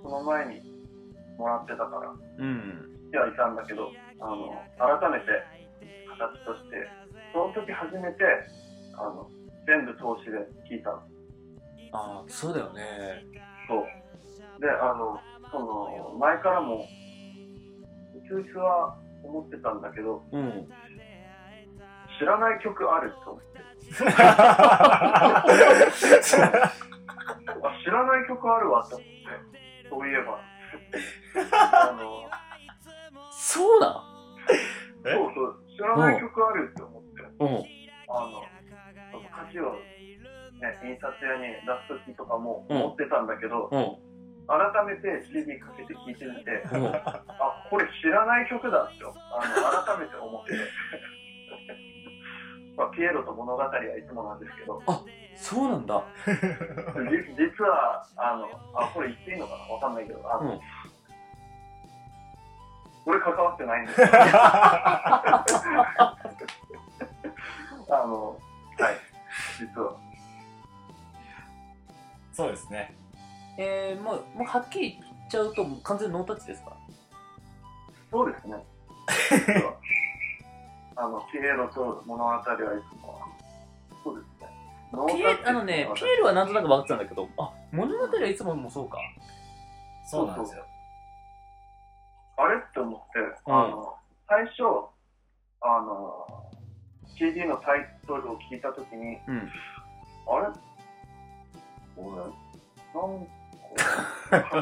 Speaker 3: その前にもらってたから、知
Speaker 1: うん、
Speaker 3: ってはいたんだけど、あの、改めて、形として、その時初めて、あの、全部通しで聴いたの。
Speaker 1: ああ、そうだよね、
Speaker 3: そう。で、あの、その、前からも、うつうつは思ってたんだけど、
Speaker 1: うん、
Speaker 3: 知らない曲あると思って。あ、知らない曲あるわと思って。そういえば。あの、
Speaker 1: そうだ、
Speaker 2: え
Speaker 3: そうそう、知らない曲あるって思って。
Speaker 1: うん、
Speaker 3: あの、その歌詞を、ね、印刷屋に出す時とかも
Speaker 1: うん
Speaker 3: 思ってたんだけど、
Speaker 1: うん、
Speaker 3: 改めて CD かけて聴いてみて、
Speaker 1: うん、
Speaker 3: あ、これ知らない曲だって、あの、改めて 思って。まあ、ピエロと物語はいつもなんですけ ど、
Speaker 1: そうなんだ、
Speaker 3: じ実は、あの、あ、これ言っていいのかなわかんないけど、あの、
Speaker 1: うん
Speaker 3: 俺関わってないんです よ。あの、はい、実は。
Speaker 2: そうですね
Speaker 1: えー、もう、もうはっきり言っちゃうと、もう完全にノータッチですか
Speaker 3: そうです ね。実はあの、ピエロと物語はいつも、そうですね。ノータ
Speaker 1: ピ
Speaker 3: ッチ
Speaker 1: エあのね、ピエールはなんとなく分かってたんだけど、あ物語はいつももそうか。
Speaker 2: そうなんですよ
Speaker 3: あれって思って、
Speaker 1: うん
Speaker 3: あの、最初、あの、CD のタイトルを聞いたときに、
Speaker 1: うん。
Speaker 3: あれ俺、なんか、歌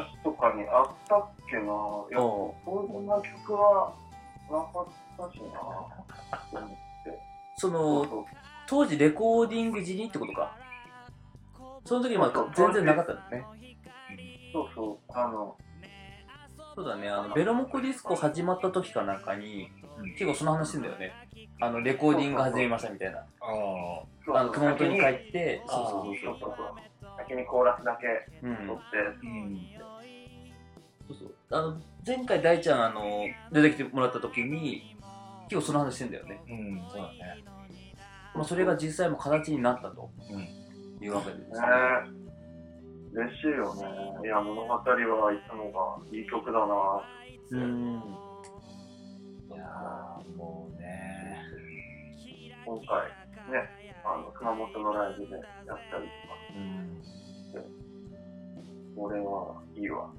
Speaker 3: 詞とかにあったっ けないや、
Speaker 1: お
Speaker 3: そんな曲はなかったしなうん
Speaker 1: そ
Speaker 3: そう
Speaker 1: の、
Speaker 3: そう
Speaker 1: 当時レコーディング時にってことか。その時ま
Speaker 3: そう
Speaker 1: あ
Speaker 3: そう
Speaker 1: 全然なかったんだね。
Speaker 3: そうそう、あの、
Speaker 1: そうだね、あの、ベロモコディスコ始まった時かなんかに、結構その話してんだよね。あの、レコーディング始めましたみたいな。
Speaker 2: あ
Speaker 3: そう
Speaker 1: あの、熊本に帰
Speaker 3: 先
Speaker 1: って、
Speaker 2: あ
Speaker 1: そう
Speaker 2: ー
Speaker 1: そうそう
Speaker 3: そうそうそう先にコーラスだけ
Speaker 1: そう。うん。
Speaker 3: 取
Speaker 1: そ
Speaker 3: っ
Speaker 1: う
Speaker 3: て、
Speaker 2: ーうん
Speaker 1: そう。あの、前回大ちゃん、あの、出てきてもらった時に、結構その話してんだよね。
Speaker 2: うんそうだね
Speaker 1: まあ、それが実際も形になったと
Speaker 2: うん
Speaker 1: いうわけですね。
Speaker 3: ねえ嬉しいよねいや物語はいつもがいい曲だな
Speaker 1: うん。
Speaker 2: いやーもうね
Speaker 3: 今回ねあの熊本のライブでやったりとか
Speaker 2: うん
Speaker 3: これはいいわ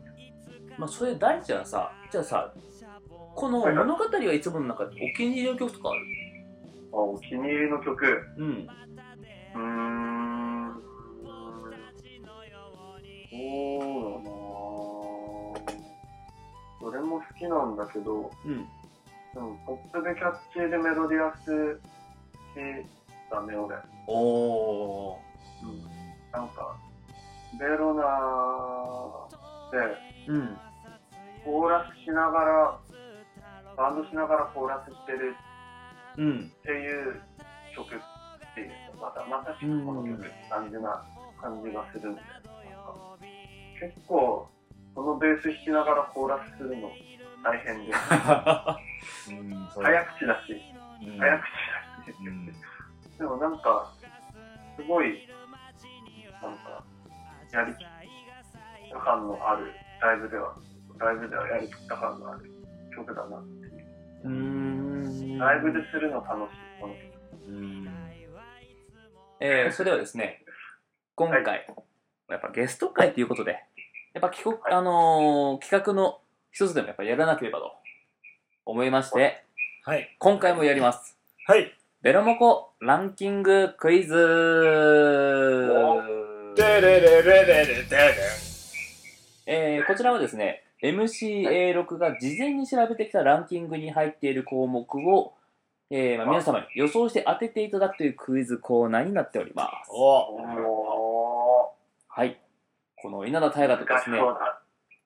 Speaker 1: まあ、それ大ちゃんさ、じゃあさ、この物語はいつもの中でお気に入りの曲とかある
Speaker 3: あお気に入りの曲う
Speaker 1: うん。
Speaker 3: ーんそうだなどれも好きなんだけど
Speaker 1: うん。
Speaker 3: でもポップでキャッチーでメロディアス系だね俺
Speaker 1: おお。
Speaker 3: なんか、ベロナーで、
Speaker 1: うん。
Speaker 3: コーラスしながら、バンドしながらコーラスしてる
Speaker 1: うん。
Speaker 3: っていう曲っていう、また、まさしくこの曲って感じな感じがするんで、なんか結構、そのベース弾きながらコーラスするの大変で、
Speaker 2: うん、そう
Speaker 3: 早口だし、
Speaker 2: うん
Speaker 3: 早口だし、
Speaker 2: うん
Speaker 3: でもなんか、すごい、なんか、やりきった感のある、ライブでは、ライブではやりきった感のある曲だなっていう。
Speaker 2: うん
Speaker 3: ライブでするの楽しい、この曲。
Speaker 2: うん
Speaker 1: えーそれではですね、今回、やっぱゲスト会ということで、やっぱ帰国、
Speaker 3: はい
Speaker 1: あのー企画の一つでもやっぱやらなければと思いまして、
Speaker 2: はい
Speaker 1: 今回もやります。
Speaker 2: はい
Speaker 1: ベロモコランキングクイズ
Speaker 2: でれれれれれれれ
Speaker 1: えーこちらはですね、MCA6 が事前に調べてきたランキングに入っている項目を、えーまあ、皆様に予想して当てていただくというクイズコーナーになっております。
Speaker 2: お
Speaker 3: お
Speaker 1: はい。この稲田大
Speaker 3: ー、
Speaker 1: 我と
Speaker 3: 難し
Speaker 1: ですね、
Speaker 3: そうだ。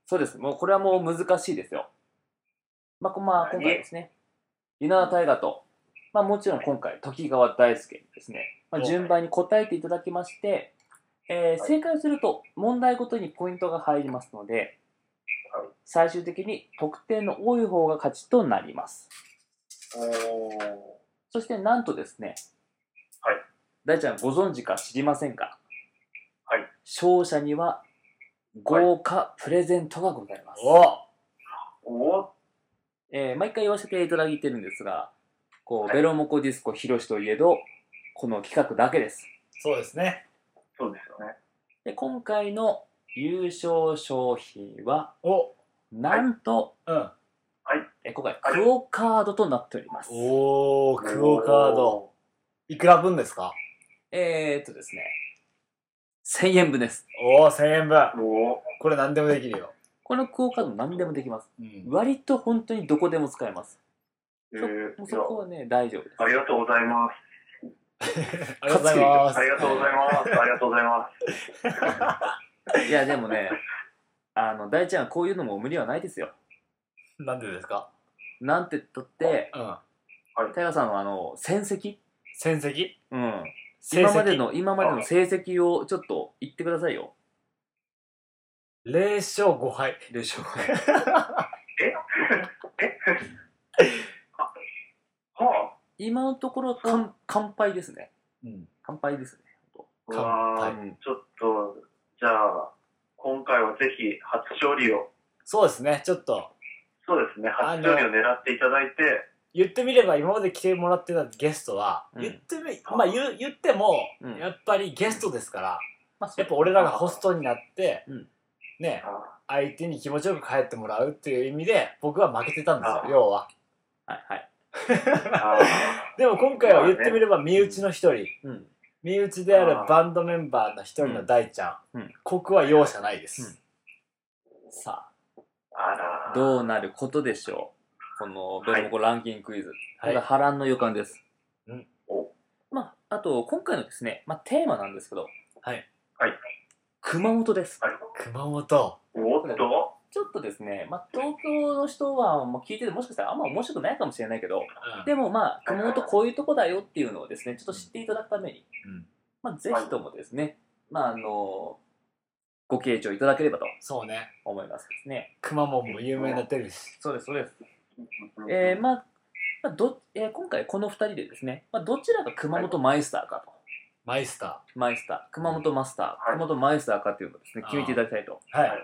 Speaker 1: そうです。もうこれはもう難しいですよ。まあ、こまあ、今回ですね、稲田大河と、まあ、もちろん今回、時川大輔にですね、まあ、
Speaker 2: はい
Speaker 1: 順番に答えていただきまして、えー
Speaker 3: はい
Speaker 1: 正解をすると問題ごとにポイントが入りますので
Speaker 3: はい、
Speaker 1: 最終的に得点の多い方が勝ちとなります。
Speaker 3: おー、
Speaker 1: そしてなんとですね、
Speaker 3: はい
Speaker 1: 大ちゃんご存知か知りませんか
Speaker 3: はい
Speaker 1: 勝者には豪華プレゼントがございます。
Speaker 2: お
Speaker 3: おー、
Speaker 1: えー毎回言わせていただいてるんですが、こう、
Speaker 3: はい
Speaker 1: ベロモコディスコ広しといえど、この企画だけです。
Speaker 2: そうですね
Speaker 3: そうですよね。
Speaker 1: で、今回の優勝商品は、
Speaker 2: お
Speaker 1: なんと、
Speaker 2: うん
Speaker 1: えー今回、
Speaker 3: はい
Speaker 1: クオカードとなっております。
Speaker 2: おおクオカードいくら分ですか
Speaker 1: えーっとですね、1000円分です。
Speaker 2: おお1000円分
Speaker 3: おー。お
Speaker 2: これ何でもできるよ、
Speaker 1: このクオカード何でもできます。
Speaker 2: うん、
Speaker 1: 割と本当にどこでも使えます。
Speaker 3: ー、え
Speaker 1: もう
Speaker 3: ー、い
Speaker 1: そ
Speaker 3: や
Speaker 1: こはね、大丈夫です。
Speaker 3: ありがとうございます。
Speaker 2: ありがとうございます
Speaker 3: ありがとうございます。ありがとうございま
Speaker 1: いや、でもね、あの、大ちゃんはこういうのも無理はないですよ。
Speaker 2: なんでですか
Speaker 1: なんてったって、
Speaker 2: うん
Speaker 1: タイガさんはあの、戦績
Speaker 2: 戦績
Speaker 1: うん。
Speaker 2: 成績
Speaker 1: 今までの、今までの成績をちょっと言ってくださいよ。
Speaker 2: 0勝5敗
Speaker 1: でしょうか。
Speaker 3: す。は
Speaker 1: 今のところ、かん乾杯ですね。
Speaker 2: うん
Speaker 1: 乾杯ですね。
Speaker 3: あ、
Speaker 2: 乾
Speaker 3: うわ
Speaker 2: 杯
Speaker 3: ーちょっと、じゃあ、今回はぜひ初勝利を、
Speaker 2: そうですねちょっと
Speaker 3: そうですね、
Speaker 2: あの
Speaker 3: 初勝利を狙っていただいて、
Speaker 2: 言ってみれば今まで来てもらってたゲストは、
Speaker 1: うん
Speaker 2: 言ってみまあ言う言っても、
Speaker 1: うん
Speaker 2: やっぱりゲストですから、
Speaker 1: まあ、そ
Speaker 2: やっぱ俺らがホストになって、
Speaker 1: うん
Speaker 2: ね
Speaker 3: あ
Speaker 2: 相手に気持ちよく帰ってもらうっていう意味で僕は負けてたんですよ
Speaker 3: あ
Speaker 2: 要は
Speaker 1: はいはい。
Speaker 3: ーあ
Speaker 2: でも今回は言ってみれば身内の一人、
Speaker 1: うん。
Speaker 2: 身内であ
Speaker 3: あ
Speaker 2: る
Speaker 3: ー
Speaker 2: バンドメンバーの一人の大ちゃん、
Speaker 1: うん
Speaker 2: 僕は容赦ないです、
Speaker 1: さ
Speaker 3: ーあら
Speaker 1: あ、
Speaker 3: ー
Speaker 1: どうなることでしょう。この、ベルモコランキングクイズ。ただ
Speaker 2: はい
Speaker 1: 波乱の予感です。
Speaker 2: うん
Speaker 3: お
Speaker 1: まあ、あと、今回のですね、まあ、テーマなんですけど。
Speaker 2: はい。
Speaker 3: はい。
Speaker 1: 熊本です。
Speaker 3: はい
Speaker 2: 熊本
Speaker 3: おっと、
Speaker 1: ちょっとですね、まあ、東京の人はもう聞いててもしかしたらあんま面白くないかもしれないけど、
Speaker 2: うん
Speaker 1: でもまあ、熊本こういうとこだよっていうのをですね、ちょっと知っていただくために、
Speaker 2: うん
Speaker 1: まあ、ぜひともですね、まあ、あの、ご傾聴いただければと
Speaker 2: そうね
Speaker 1: 思いますですね。
Speaker 2: 熊本も有名になってるし、
Speaker 1: そうです、そうです。えーまあ、まあどえー今回この2人でですね、まあ、どちらが熊本マイスターかと、
Speaker 2: マイスタ
Speaker 1: マイスター、熊本マスター、
Speaker 3: はい
Speaker 1: 熊本マイスターかっていうのをですね、
Speaker 2: あー
Speaker 1: 決めていただきたいと。
Speaker 2: ーはい、
Speaker 3: はい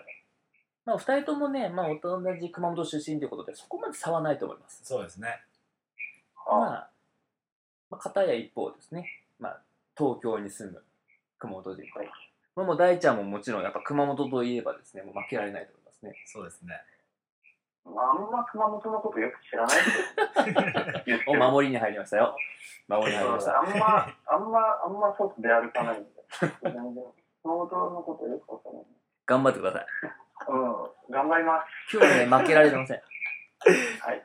Speaker 1: まあ、2人ともね、まあ、同じ熊本出身ということで、そこまで差はないと思います。
Speaker 2: そうですね
Speaker 1: まあ、まあ、片や一方ですね、まあ、東京に住む熊本人、
Speaker 3: はい
Speaker 1: まあ、もう大ちゃんももちろんやっぱ熊本といえばですねもう負けられないと思いますね
Speaker 2: そうですね
Speaker 3: あんま熊本のことよく知らない ですよ
Speaker 1: お守りに入りましたよ守りに入りました
Speaker 3: あんま、あんま、あんま外で歩かないんで、全然熊本のことよくわかんない。
Speaker 1: 頑張ってください
Speaker 3: うん、頑張りま
Speaker 1: 今日はね負けられてません、
Speaker 3: す。はい。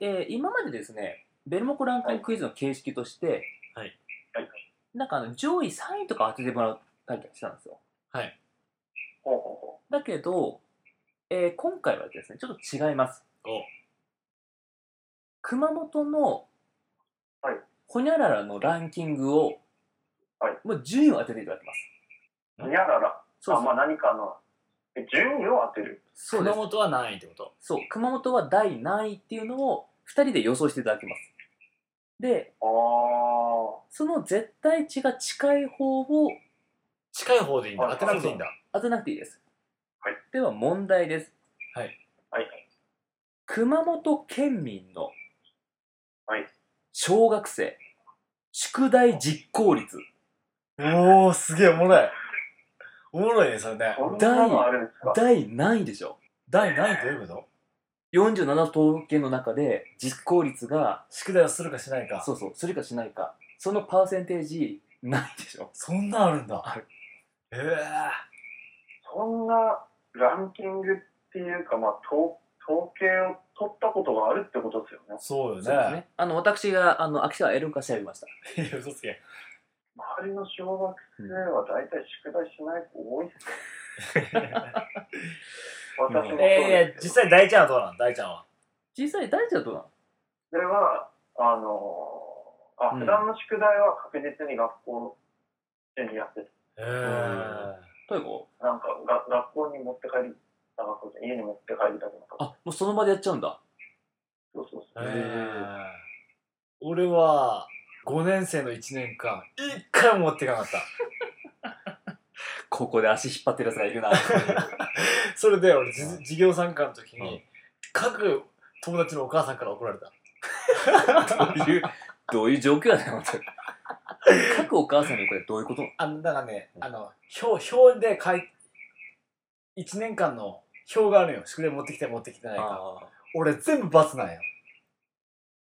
Speaker 1: えー今までですねベルモコランキングクイズの形式として、
Speaker 2: はい
Speaker 3: はい
Speaker 1: なんかあの上位3位とか当ててもらったりとかしたんですよ
Speaker 3: ほうほうほ
Speaker 1: だけど、えー今回はですねちょっと違います
Speaker 2: お
Speaker 1: 熊本の
Speaker 3: はい
Speaker 1: ほにゃららのランキングを、
Speaker 3: はい
Speaker 1: もう順位を当てていただきます。
Speaker 3: う。にゃらら。
Speaker 1: そう
Speaker 3: あ、
Speaker 1: そ
Speaker 3: ま
Speaker 1: う
Speaker 3: あ何かので順位を当てる。
Speaker 1: そうです
Speaker 2: 熊本は何位ってこと
Speaker 1: そう熊本は第何位っていうのを2人で予想していただきますで
Speaker 3: ああ、
Speaker 1: その絶対値が近い方を
Speaker 2: 近い方でいいんだ
Speaker 3: あ
Speaker 2: 当てなくていいんだ
Speaker 1: 当てなくていいです、
Speaker 3: はい
Speaker 1: では問題です
Speaker 3: はい。
Speaker 1: 熊本県民の
Speaker 3: はい
Speaker 1: 小学生宿題実行率
Speaker 2: おおすげえおもろいおもろいねそれね
Speaker 3: そんなのあるんですか
Speaker 1: 第何位でしょ
Speaker 2: 第何位ということ
Speaker 1: 47都道府県の中で実行率が
Speaker 2: 宿題をするかしないか
Speaker 1: そうそうするかしないかそのパーセンテージないでしょ
Speaker 2: そんなんあるんだ
Speaker 1: ある
Speaker 2: え
Speaker 3: そんなランキングっていうか、まあ、統統計を取ったことがあるってことですよ
Speaker 2: え
Speaker 3: ね。
Speaker 2: そうよ
Speaker 1: そうです
Speaker 2: ね
Speaker 1: ねあの私があの秋川エルカ調べました
Speaker 2: いや嘘つけ
Speaker 3: 周りの小学生は大体宿題しない子多いっすね。私もそう
Speaker 2: ええ
Speaker 3: ですけど
Speaker 2: 実際大ちゃんはどうなん大ちゃんは
Speaker 1: 小さい大ちゃんどうなの
Speaker 3: それは、あのーあ、
Speaker 1: うん
Speaker 3: 普段の宿題は確実に学校でやって
Speaker 2: え
Speaker 1: どういうこ
Speaker 3: た。なんかが、学校に持って帰り、あ学校で家に持って帰りたくなかった。
Speaker 1: あもうその場でやっちゃうんだ
Speaker 3: そうそう
Speaker 2: え
Speaker 3: そう。
Speaker 2: 俺は5年生の1年間1回も持っていかなかった
Speaker 1: ここで足引っ張ってるやつがいるな
Speaker 2: それで俺じ授業参観の時に、
Speaker 1: うん
Speaker 2: 各友達のお母さんから怒られた
Speaker 1: ど ういうどういう状況やねん本当に各お母さんのこれどういうこと
Speaker 2: あのだからねあの表表で書い1年間の表があるよ宿題持ってきて持ってきてないか
Speaker 1: あ
Speaker 2: 俺全部罰なんよ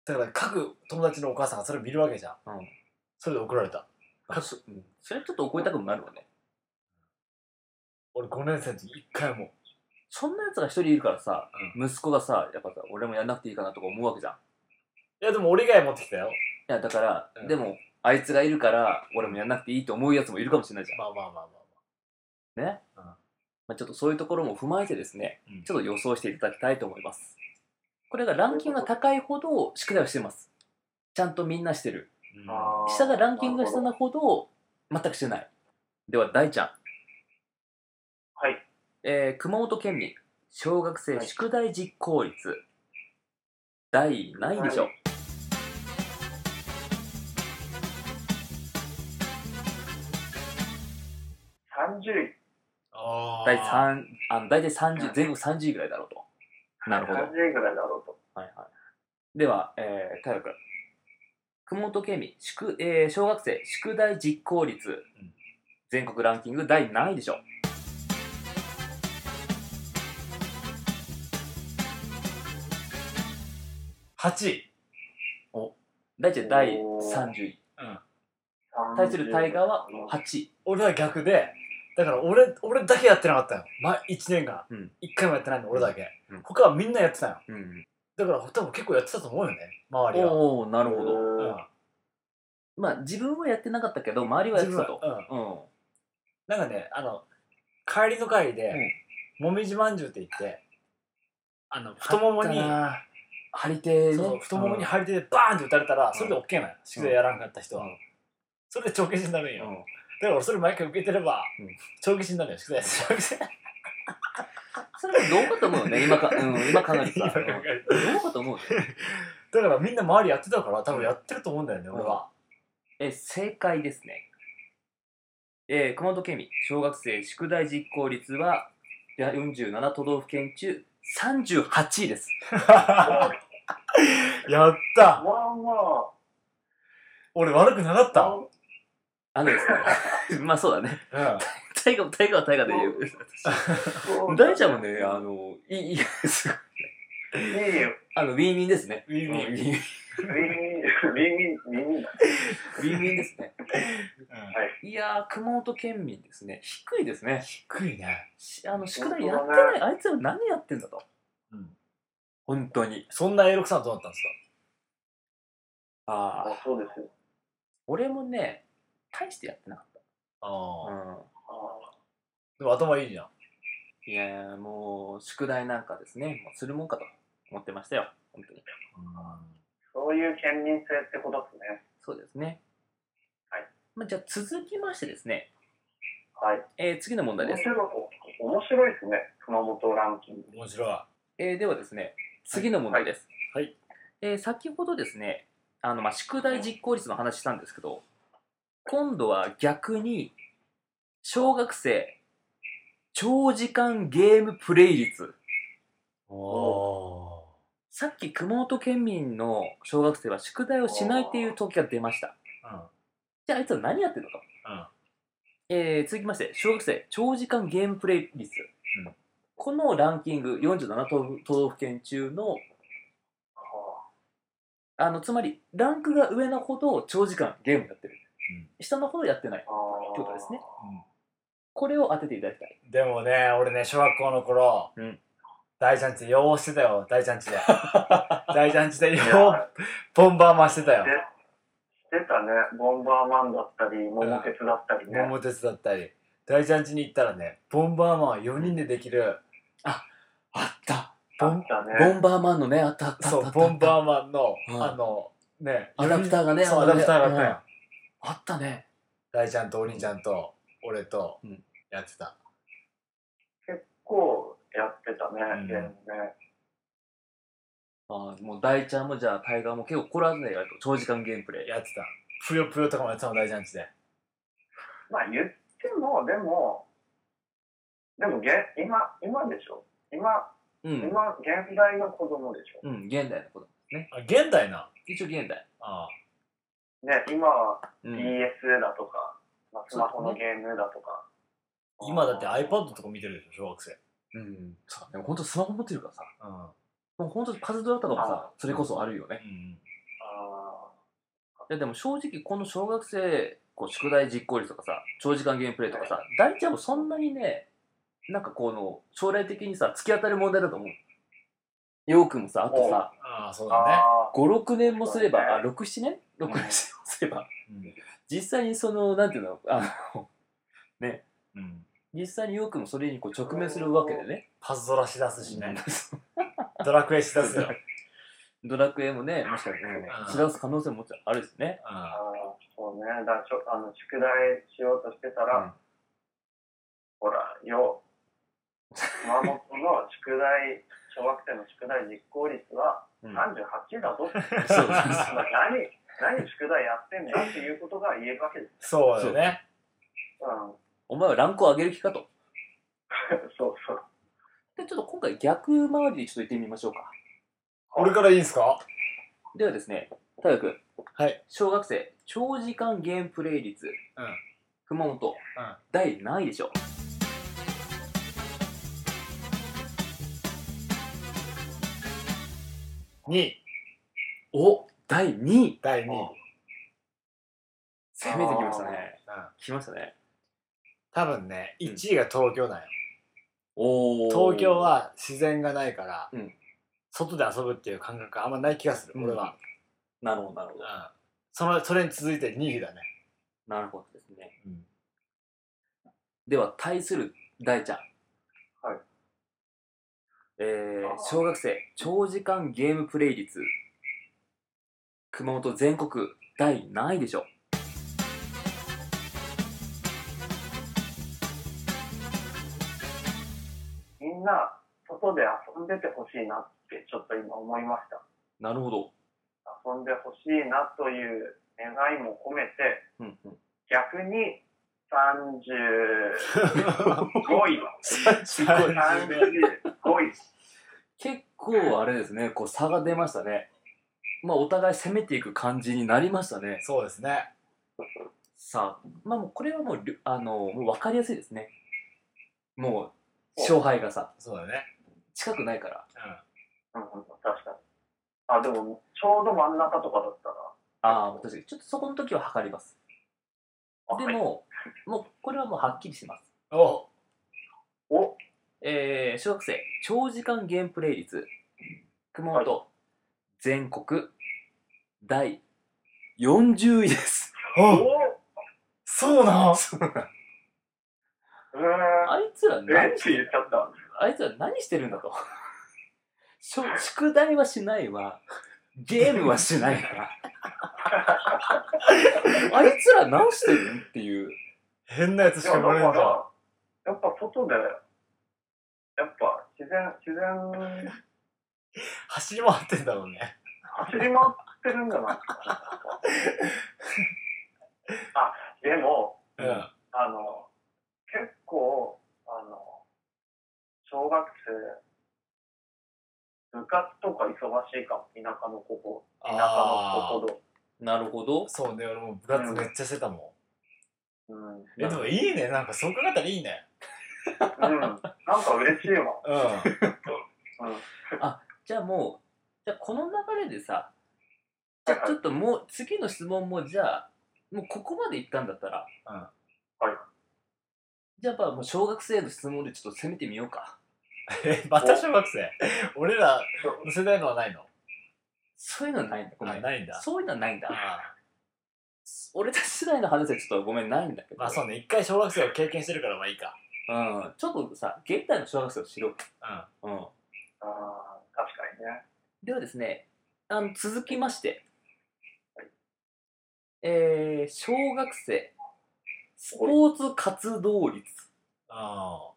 Speaker 2: だから各友達のお母さんがそれを見るわけじゃん、
Speaker 1: うん
Speaker 2: それで怒られた
Speaker 1: ーあそうんそれはちょっと怒りたくもなるわね
Speaker 2: 俺5年生の時1回も
Speaker 1: そんなやつが一人いるからさ、息子がさやっぱさ俺もやんなくていいかなとか思うわけじゃんい
Speaker 2: いやでも俺以外持ってきたよ
Speaker 1: やだから、
Speaker 2: うん
Speaker 1: でもあいつがいるから俺もやんなくていいと思うやつもいるかもしれないじゃん
Speaker 2: まあまあまあまあ、
Speaker 1: ね、
Speaker 2: うん
Speaker 1: まあ、ちょっとそういうところも踏まえてですね、
Speaker 2: うん
Speaker 1: ちょっと予想していただきたいと思いますこれがランキングが高いほど宿題をしてますちゃんとみんなしてる
Speaker 3: あー
Speaker 1: 下がランキングが下
Speaker 3: な
Speaker 1: な
Speaker 3: る
Speaker 1: ほど全くしてないでは大ちゃん、
Speaker 3: ほどはい。
Speaker 1: えー熊本県民小学生
Speaker 3: はい
Speaker 1: 宿題実行率、第何位でしょう、
Speaker 3: は30位。
Speaker 2: あー
Speaker 1: 第三あの大体30全国30位ぐらいだろうとなるほど、はい
Speaker 3: 30位ぐらいだろうと。
Speaker 1: はい、では、えー、太陽君熊本県民宿、えー小学生宿題実行率、
Speaker 2: ん
Speaker 1: 全国ランキング第何位でしょう
Speaker 2: 8位、
Speaker 1: 大ちゃん第
Speaker 3: おー
Speaker 1: 30位
Speaker 2: うん、
Speaker 1: 対するタイガーは
Speaker 3: もう
Speaker 1: 8位
Speaker 2: 俺は逆でだから俺俺だけやってなかったよ、ま、1年間、
Speaker 1: うん
Speaker 2: 一1回もやってないの俺だけ、
Speaker 1: うん
Speaker 2: 他はみんなやってたよ
Speaker 1: うん、
Speaker 2: だから多分結構やってたと思うよね周りは、
Speaker 1: おおなるほど、
Speaker 2: うん
Speaker 1: まあ自分はやってなかったけど周りはやってたと
Speaker 2: 自分はうん
Speaker 1: うん
Speaker 2: なんかねあの帰りの会で、もみじまんじゅうって言ってあの太ももに
Speaker 1: あったな張り手ね
Speaker 2: そうそう太ももに張り手でバーンって打たれたら、それで OK なの宿題やらんかった人は、
Speaker 1: うん
Speaker 2: それで帳消しになるんよ、
Speaker 1: う
Speaker 2: だ
Speaker 1: ん
Speaker 2: から俺それ毎回受けてれば、
Speaker 1: うん
Speaker 2: 帳消しになるよ宿題帳消し
Speaker 1: それもどうかと思うよね今か、うん、今考えてた
Speaker 2: 今
Speaker 1: ら
Speaker 2: 考え
Speaker 1: うん
Speaker 2: て
Speaker 1: どうかと思うよ
Speaker 2: だからみんな周りやってたから多分やってると思うんだよね、俺は
Speaker 1: え正解ですねえー熊本県民小学生宿題実行率はいや47都道府県中38位です
Speaker 2: やった
Speaker 3: まあまあ。
Speaker 2: 俺悪くなかった、
Speaker 1: あのですね まあそうだね
Speaker 2: う
Speaker 1: 大河も大河は大河で言
Speaker 3: そう
Speaker 1: う大ちゃんもねあのいいいいすごい
Speaker 3: いいよ。
Speaker 1: あのウィンウィンですね
Speaker 2: ん、ウィンウィ
Speaker 1: うんウ
Speaker 2: ン、
Speaker 1: ィンウィン
Speaker 3: 耳、耳、耳だ。
Speaker 1: ウィンウィンですねいやー熊本県民ですね低いですね
Speaker 2: 低いね
Speaker 1: しあの宿題
Speaker 3: 本
Speaker 1: やって
Speaker 3: 当
Speaker 1: な
Speaker 3: だ
Speaker 1: い、
Speaker 3: ね
Speaker 1: あいつら何やってんだと、
Speaker 2: うん
Speaker 1: 本当に
Speaker 2: そんな A6 さんはどうだったんですか
Speaker 1: あ
Speaker 3: あ
Speaker 1: あ
Speaker 3: そうですよ。
Speaker 1: 俺もね大してやってなかっ
Speaker 2: あ
Speaker 1: た、
Speaker 2: あ、
Speaker 1: うん、
Speaker 3: あ
Speaker 2: でも頭いいじゃん
Speaker 1: いやーもう宿題なんかですねもうするもんかと思ってましたよ本当に
Speaker 3: そういう県民性ってことですね。
Speaker 1: そうですね
Speaker 3: はい、
Speaker 1: まあ、じゃあ続きましてですね、
Speaker 3: はい。
Speaker 1: えー次の問題
Speaker 3: 面
Speaker 1: です
Speaker 3: 白い。面白いですね、熊本ランキング。
Speaker 2: 面白い。
Speaker 1: えーではですね、次の問題です。
Speaker 2: はいはい
Speaker 1: えー先ほどですね、あのまあ宿題実行率の話したんですけど、今度は逆に、小学生、長時間ゲームプレイ率。
Speaker 2: お
Speaker 1: おさっき熊本県民の小学生は宿題をしないっていう時が出ました。
Speaker 2: ー。
Speaker 1: じゃああいつは何やってるのと。
Speaker 2: うん
Speaker 1: えー続きまして、小学生、長時間ゲームプレイ率。このランキング、47都道都道府県中のあのつまりランクが上なほど長時間ゲームやってる、
Speaker 2: うん
Speaker 1: 下のほどやってない
Speaker 3: あー
Speaker 1: ってことですねこれを当てていただきたい
Speaker 2: でもね、俺ね、小学校の頃、
Speaker 1: うん
Speaker 2: 大ジャンチでようしてたよ、大ジャ ンチで。大ジャンチでよ
Speaker 3: いや
Speaker 2: う、ボンバーマンしてたよ。
Speaker 3: してしてたね、ボンバーマンだったり、桃鉄だったりね。
Speaker 2: 桃鉄だったり。大ジャンチに行ったらね、ボンバーマン4人でできる、
Speaker 1: あった
Speaker 2: ボ
Speaker 3: あっ
Speaker 2: ン、
Speaker 3: たね。
Speaker 1: ボンバーマンのねあったあったあった
Speaker 2: そ
Speaker 1: あ
Speaker 2: う、
Speaker 1: った
Speaker 2: ボンバーマンの、
Speaker 1: うん
Speaker 2: あの、ね、
Speaker 1: アダプターがね
Speaker 2: そう、
Speaker 1: あ
Speaker 2: ア
Speaker 1: の
Speaker 2: ダ
Speaker 1: ね
Speaker 2: プターがあったよ。
Speaker 1: あったね
Speaker 2: 大ちゃんとお兄ちゃんと、俺と
Speaker 1: うん、
Speaker 2: やってた。
Speaker 3: 結構やってた
Speaker 2: うん
Speaker 3: ね、ゲームね。
Speaker 1: あーもう大ちゃんもじゃあタイガーも結構これはね割と長時間ゲームプレイ
Speaker 2: やってた。ぷよぷよとかもやってたの、大ジャンチで。
Speaker 3: まあ言っても、でも、でもゲ今、今でしょ。今、
Speaker 1: うん、
Speaker 3: 今、現代の子供でしょ。
Speaker 1: うん、現代のことね
Speaker 2: あ、現代な。
Speaker 1: 一応現代、
Speaker 2: ああ
Speaker 3: ね、今は
Speaker 1: うん
Speaker 3: DS だとか、まあスマホのゲームだとか。
Speaker 2: 今だって iPad とか見てるでしょ、小学生。
Speaker 1: うん、そうでも本当スマホ持ってるからさ
Speaker 2: うん。
Speaker 1: もう本当パズドラとかもさそれこそあるよね
Speaker 2: うん。
Speaker 3: あ
Speaker 1: いやでも正直この小学生こう宿題実行率とかさ長時間ゲームプレイとかさ大ちゃんもそんなにねなんかこの将来的にさ突き当たる問題だと思うようくんもさあとさ
Speaker 2: ああ、そう
Speaker 3: ー
Speaker 2: だね。
Speaker 3: あ
Speaker 1: 56年もすれば
Speaker 3: そうだね
Speaker 1: 67年67年もすれば
Speaker 2: うん
Speaker 1: 実際にそのなんていうのあの
Speaker 2: うん
Speaker 1: 実際にようくんもそれにこう直面するわけでね
Speaker 2: パズドラしだすしね。ドラクエしだすよ。
Speaker 1: ドラクエもねもしかしたら知らす可能性ももちろんあるしね
Speaker 3: あーそうね。だからちょあの宿題しようとしてたら、
Speaker 1: うん
Speaker 3: ほら、よ、熊本の宿題、小学生の宿題実行率は
Speaker 1: うん
Speaker 3: 38だ
Speaker 1: そ
Speaker 3: ぞ。
Speaker 1: うそうそう
Speaker 3: まあ何、何宿題やってんだっていうことが言えるわけです。
Speaker 2: そうだよね。
Speaker 1: お
Speaker 3: うん。
Speaker 1: 前はランクを上げる気かと
Speaker 3: そうそう。
Speaker 1: でちょっと今回逆回りでちょっと行ってみましょうか
Speaker 2: 俺からいいんすか
Speaker 1: ではですね、大学、
Speaker 2: はい、
Speaker 1: 小学生長時間ゲームプレイ率、
Speaker 2: うん
Speaker 1: 熊本、第何位でしょう
Speaker 2: 2位。
Speaker 1: お第2位
Speaker 2: 第2位。
Speaker 1: 攻めてきましたね
Speaker 2: うん
Speaker 1: 来ましたね
Speaker 2: 多分ね、1位が東京だよ。
Speaker 1: お
Speaker 2: 東京は自然がないから
Speaker 1: うん、
Speaker 2: 外で遊ぶっていう感覚があんまない気がする、
Speaker 1: うん
Speaker 2: 俺は。
Speaker 1: なるほどなるほ
Speaker 2: うん
Speaker 1: ど
Speaker 2: その、それに続いて2位だね。
Speaker 1: なるほどですね
Speaker 2: うん
Speaker 1: では対する大ちゃん
Speaker 3: はい
Speaker 1: えー、小学生長時間ゲームプレイ率熊本全国第何位でしょう
Speaker 3: みんな、外で遊んでてほしいなって、ちょっと今思いました。
Speaker 1: なるほど、
Speaker 3: 遊んでほしいなという願いも込めて、
Speaker 1: うん うん、
Speaker 3: 逆に35位。35位。
Speaker 1: 結構あれですねこう差が出ましたねまあお互い攻めていく感じになりましたね
Speaker 2: そうですね。
Speaker 1: さあまあもうこれはもうりゅあのもう分かりやすいですねもう勝敗がさ
Speaker 2: そうだね。
Speaker 1: 近くないから
Speaker 3: うんうん、確かに。あ、でも、ちょうど真ん中とかだったら。
Speaker 1: ああ確かにちょっとそこの時は測ります
Speaker 3: あ
Speaker 1: で
Speaker 3: はい
Speaker 1: ももうこれはもうはっきりしてます
Speaker 2: うん。お
Speaker 3: お、
Speaker 1: えー、小学生長時間ゲームプレイ率熊本、全国第40位です
Speaker 2: お
Speaker 3: お
Speaker 2: そうなん
Speaker 3: うーん。
Speaker 1: あいつら
Speaker 3: え
Speaker 1: 何
Speaker 3: って言っちゃった。
Speaker 1: あいつら何してるんだと。しょ宿題はしないわ。ゲームはしないわ。あいつら何してるんっていう。
Speaker 2: 変なやつし
Speaker 3: いや、
Speaker 2: か
Speaker 3: だ
Speaker 2: 生まれん
Speaker 3: か
Speaker 2: だ。
Speaker 3: ら、やっぱ外でやっぱ自然、自然、
Speaker 2: 走り回ってんだもんね。
Speaker 3: 走り回ってるんじゃないですか。あ、でも、
Speaker 2: うん。あ
Speaker 3: あの、結構、あの、小学生、部活とか忙しいかも、田舎の高校、田舎の高校
Speaker 1: なるほど。
Speaker 2: そうね、俺も部活めっちゃしてたも
Speaker 3: うん、うん、
Speaker 2: ん。え、でもいいね、なんかそう考えたらいいね。
Speaker 3: なんか嬉しいわ。
Speaker 2: うん。
Speaker 3: うん、
Speaker 1: じゃあもう、じゃあこの流れでさ、じゃあちょっともう次の質問もじゃあ、もうここまでいったんだったら、
Speaker 2: うん
Speaker 3: はい。
Speaker 1: じゃあまあもう小学生の質問でちょっと攻めてみようか。
Speaker 2: え、また小学生俺らの世代のはないの
Speaker 1: そういうのはないんだ、ごめ
Speaker 2: あ
Speaker 1: ん。
Speaker 2: ないんだ。
Speaker 1: そういうのはないんだ。
Speaker 2: あ
Speaker 1: 俺たち世代の話はちょっとごめん、ないんだけ
Speaker 2: ー
Speaker 1: ど。
Speaker 2: まあそうね、一回小学生を経験してるからまあいいか。
Speaker 1: うん。ちょっとさ、現代の小学生を知ろう。
Speaker 2: う
Speaker 1: う
Speaker 2: ん。
Speaker 1: ん。
Speaker 3: あー確かにね。
Speaker 1: ではですね、あの続きまして、えー、小学生、スポーツ活動率。
Speaker 2: あ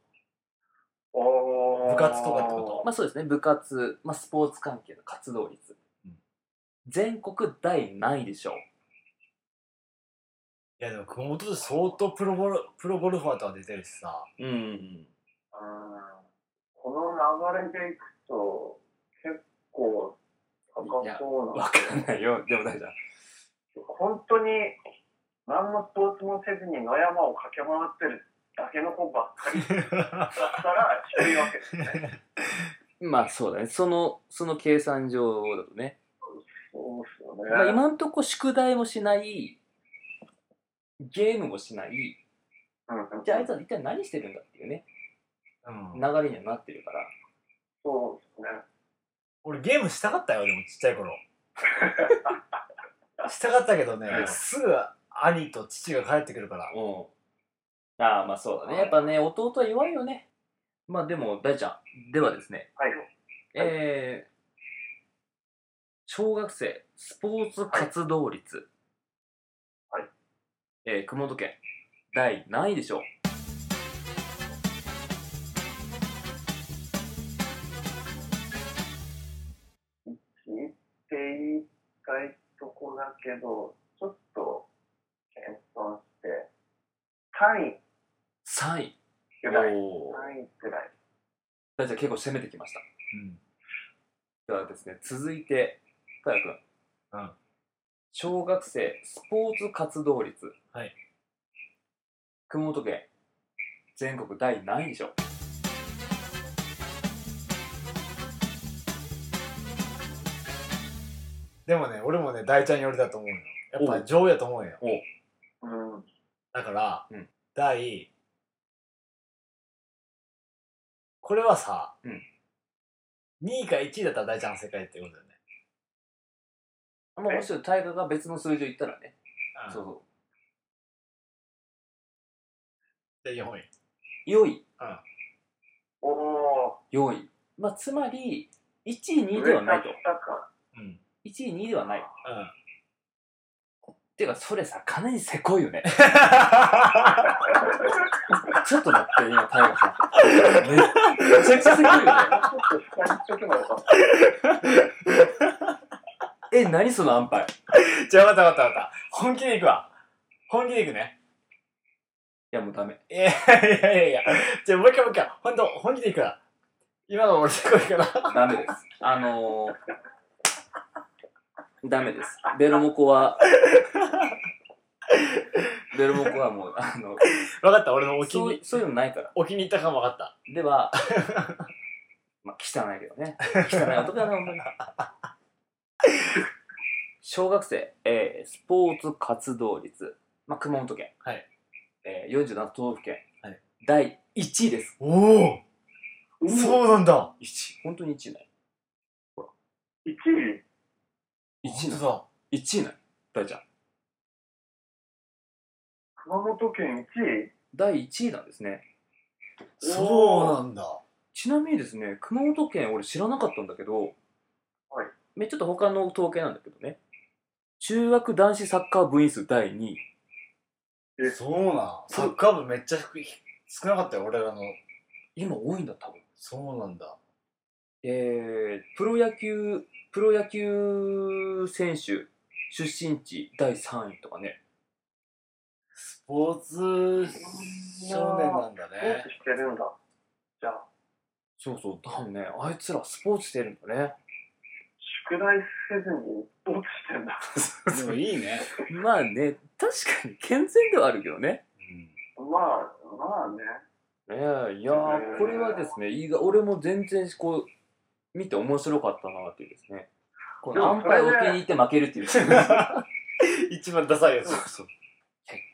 Speaker 3: おー
Speaker 2: 部活とかってこと
Speaker 1: まあそうですね、部活、まあ、スポーツ関係の活動率。
Speaker 2: うん
Speaker 1: 全国第何位でしょう
Speaker 2: ーいやでも熊本で相当プロボルプロゴルファーとは出てるしさ。
Speaker 1: うん。
Speaker 3: うんこの流れでいくと、結構高そうな
Speaker 1: わ。かんないよ、でも大丈夫。
Speaker 3: 本当に、何のスポーツもせずに野山を駆け回ってるだけの子ばっか りだったら、低いわけですね。
Speaker 1: まあそうだね、その、その計算上だとね。
Speaker 3: そうっすよ
Speaker 1: まあ、
Speaker 3: ね。
Speaker 1: 今んとこ宿題もしない、ゲームもしない、
Speaker 3: うんうん
Speaker 1: じゃああいつは一体何してるんだっていうね、
Speaker 2: うん
Speaker 1: 流。れにはなってるから。
Speaker 3: そうですね。
Speaker 2: 俺ゲームしたかったよ、でもちっちゃい頃。したかったけどね、すぐ兄と父が帰ってくるから。
Speaker 1: うん。ああ、まあそうだね。やっぱね、弟は弱いよね。まあでも、大ちゃん、ではですね、
Speaker 3: はい。
Speaker 1: えー、小学生スポーツ活動率、
Speaker 3: はいはい
Speaker 1: えー、熊本県第何位でしょう
Speaker 3: 聞いていたいとこだけど、ちょっと、謙遜して、単位
Speaker 1: ?3 位。
Speaker 3: ぐらい。
Speaker 1: おー
Speaker 3: 単位ぐらい。
Speaker 1: 大ちゃん結構攻めてきました。
Speaker 2: うん。
Speaker 1: ではですね、続いて、たやくん。
Speaker 2: うん
Speaker 1: 小学生スポーツ活動率。
Speaker 2: はい。
Speaker 1: 熊本県、全国第何位でしょう
Speaker 2: でもね、俺もね、大ちゃん寄りだと思うよ。やっぱ上位だと思うよ。
Speaker 3: うん。
Speaker 2: だから、
Speaker 1: うん
Speaker 2: 第、これはさ、
Speaker 1: うん
Speaker 2: 2位か1位だったら大ちゃんの世界ってことだよね。
Speaker 1: まあ、もしろ大河が別の数字を言ったらね、
Speaker 2: ん
Speaker 1: そうそ
Speaker 2: で、4位。
Speaker 1: う。4位。
Speaker 3: おお
Speaker 1: 4位。まあ、つまり、1位、
Speaker 3: ー、
Speaker 1: 2位ではないと
Speaker 3: 上。か下か。
Speaker 2: うん。
Speaker 1: 1位、2位ではない。
Speaker 2: うん。
Speaker 1: てか、それさ、かなりせこいよね。 ちょっと待って、今、タイガさん。めっちゃくちゃせこいよね。
Speaker 3: ちょっと下にしとけばよかった。
Speaker 1: え、何その安牌。い
Speaker 2: じゃあ、わかったわかったわかった。本気でいくわ。本気でいくね。
Speaker 1: や、もうダメ。
Speaker 2: いやいやいやいや。じゃあ、もう一回もう一回。ほんと、本気でいくわ。今の俺せこい から。
Speaker 1: ダメです。あのー、ダメです。ベロモコは、ベロモコはもう、あの、
Speaker 2: わかった、俺のお気
Speaker 1: そ
Speaker 2: に
Speaker 1: う、そういうのないから。
Speaker 2: お気に入ったかもわかった。
Speaker 1: では、まあ、汚いけどね。汚い男だね、ほんとに。小学生、えースポーツ活動率、まあ、熊本県、
Speaker 2: はい
Speaker 1: えー、47都道府県、
Speaker 2: はい
Speaker 1: 第1位です。
Speaker 2: おお
Speaker 1: う
Speaker 2: そうなんだ
Speaker 1: !1 位。本当に1位ない。
Speaker 3: 1位
Speaker 1: 1位ない。
Speaker 2: だ。
Speaker 1: 1位ない。大ちゃん。
Speaker 3: 熊本県1位
Speaker 1: 第1位なんですね。
Speaker 2: そうなんだ。
Speaker 1: ちなみにですね、熊本県俺知らなかったんだけど、
Speaker 3: はい
Speaker 1: ねちょっと他の統計なんだけどね、中学男子サッカー部員数第2位。
Speaker 3: え
Speaker 2: そうなんサッカー部めっちゃ低い少なかったよ俺らの
Speaker 1: 今多いんだ、多分。
Speaker 2: そうなんだ。
Speaker 1: えー、プロ野球、プロ野球選手出身地第3位とかね。
Speaker 2: スポーツ少年なんだ
Speaker 3: スポー
Speaker 2: ね
Speaker 3: ツ。してるんだ。じゃあ、
Speaker 1: そうそう、多分ね、あいつらスポーツしてるんだね。
Speaker 3: 宿題せずにスポーツ
Speaker 2: で
Speaker 3: してんだ。
Speaker 2: もいいね。
Speaker 1: まあね、確かに健全ではあるけどね。
Speaker 3: まあ、まあね。
Speaker 1: ねえ、いやー、これはですね、いいが俺も全然こう、見て面白かったなっていうですね。この安牌を受けに行って負けるっていう。結
Speaker 2: うん、一番ダサいやつ。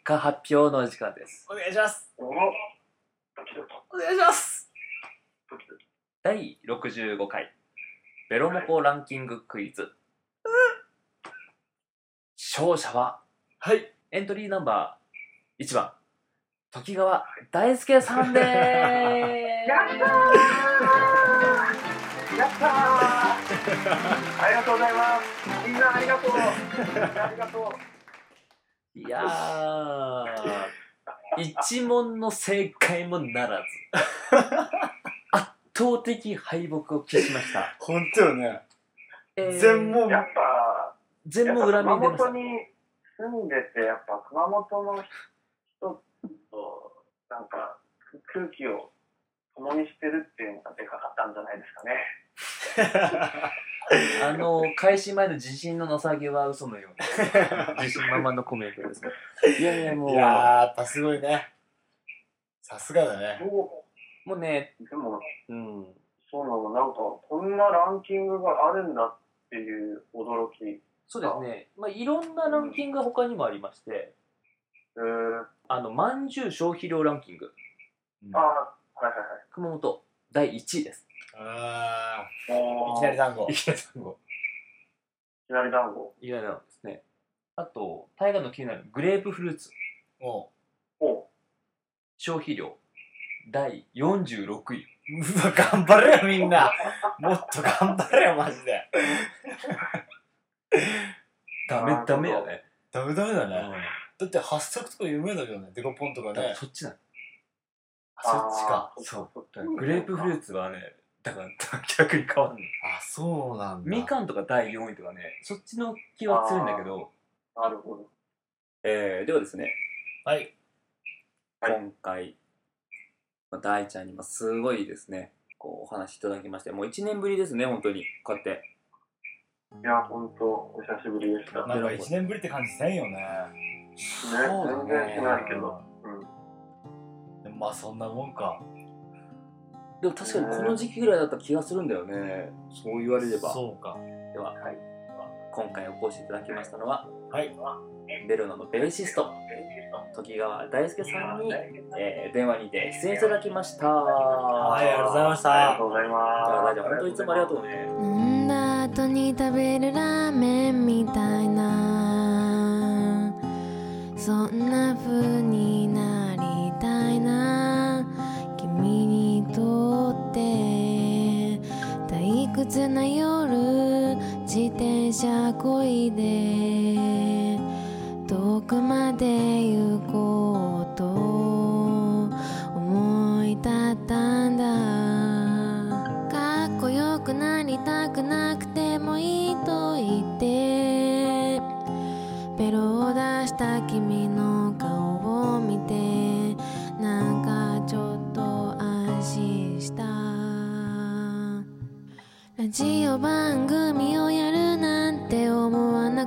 Speaker 1: 果発表の時間です。
Speaker 2: お願いします。
Speaker 3: おドキドキ、
Speaker 2: お願いします。
Speaker 3: ドキドキ。
Speaker 1: 第65回、ベロモコランキングクイズ。勝者は、
Speaker 2: はい。
Speaker 1: エントリーナンバー1番、時川大輔さんで ーす。
Speaker 3: やったーやったーありがとうございます。みんなありがとう。ありがとう。
Speaker 1: いやー、一問の正解もならず、圧倒的敗北を喫しました。
Speaker 2: 本当よね。
Speaker 1: えー
Speaker 2: 全問。
Speaker 3: やっぱ、
Speaker 1: 全
Speaker 3: やっ
Speaker 1: 問
Speaker 3: ぱ
Speaker 1: 裏目
Speaker 3: 熊
Speaker 1: に出ました
Speaker 3: 本。に住んでて、やっぱ熊本の人と、なんか、空気を共にしてるっていうのがでかかったんじゃないですかね。
Speaker 1: あの、開始前の地震の情けは嘘のような、自信満々のコメントですね。いやいや、も、
Speaker 2: いうやー、やっぱすごいね。さすがだね。
Speaker 3: そ
Speaker 1: もうね、
Speaker 3: う。でも、
Speaker 1: うん、
Speaker 3: そうなの、なんか、こんなランキングがあるんだっていう驚き。え
Speaker 1: そうですね、まあ、いろんなランキングが他にもありまして、
Speaker 3: ー、
Speaker 1: あの、まんじゅう消費量ランキング、
Speaker 3: あー、はいはいはい。
Speaker 1: 熊本、第1位です。
Speaker 2: あー、
Speaker 3: お
Speaker 2: い
Speaker 3: ー
Speaker 2: きなり団子。
Speaker 1: きなり単語。
Speaker 3: いきなり団子。
Speaker 1: いやなんですね。あと、大河の気になるグレープフルーツ
Speaker 2: も
Speaker 3: お
Speaker 1: 消費量第46位。
Speaker 2: う、うわ、頑張れよ、みんな。もっと頑張れよ、マジで。
Speaker 1: ダメダメやね。
Speaker 2: ダメダメだ
Speaker 1: う
Speaker 2: ね。だって、発足とか有名だけどね、デコポンとか
Speaker 1: んだから
Speaker 2: ね。
Speaker 1: そっちなの。
Speaker 2: あそっちか。
Speaker 1: そうだからグレープフルーツはね、だから逆に変わんない。
Speaker 2: あ、そうなんだ。
Speaker 1: みかんとか第4位とかね、そっちの気は強いんだけど、
Speaker 3: なるほど。
Speaker 1: えー、ではですね、
Speaker 2: はい。
Speaker 3: はい
Speaker 1: 今回、まあ大ちゃんにもすごいですね、こうお話しいただきまして、もう1年ぶりですね、本当に。こうやって。
Speaker 3: いや、ほんと、お久しぶりでした。
Speaker 2: な
Speaker 3: ね、
Speaker 2: んか一年ぶりって感じせんよね。
Speaker 3: 全
Speaker 1: そうだね
Speaker 3: 然しないけど。うん。
Speaker 2: でもまあ、そんなもんか。
Speaker 1: でも確かにこの時期ぐらいだった気がするんだよね。そう言われれば。
Speaker 2: そうか。
Speaker 1: では、
Speaker 3: はい
Speaker 1: 今回お越しいただきましたのは
Speaker 2: はい。
Speaker 1: ベロナのベーシスト時川大輔さんに、えー電話にて出演いただきました
Speaker 2: は、
Speaker 1: はい
Speaker 2: ありがとうございまし
Speaker 3: ありが
Speaker 2: た
Speaker 1: 大ちゃん本
Speaker 3: と。うございます。
Speaker 1: 当にいつもありがとうね
Speaker 5: 飲んだ後に食べるラーメンみたいなそんな風になりたいな君にとって退屈な夜自転車こいで遠くまで行こうと思い立ったんだかっこよくなりたくなくてもいいと言ってベロを出した君の顔を見てなんかちょっと安心したラジオ番組をやるなんて思わな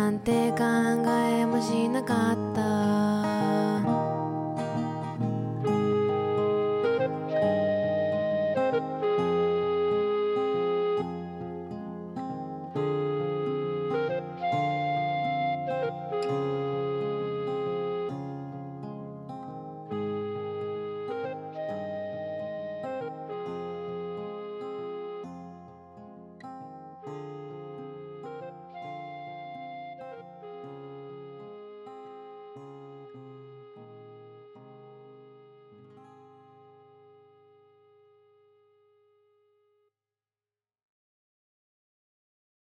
Speaker 5: んて考えもしなかった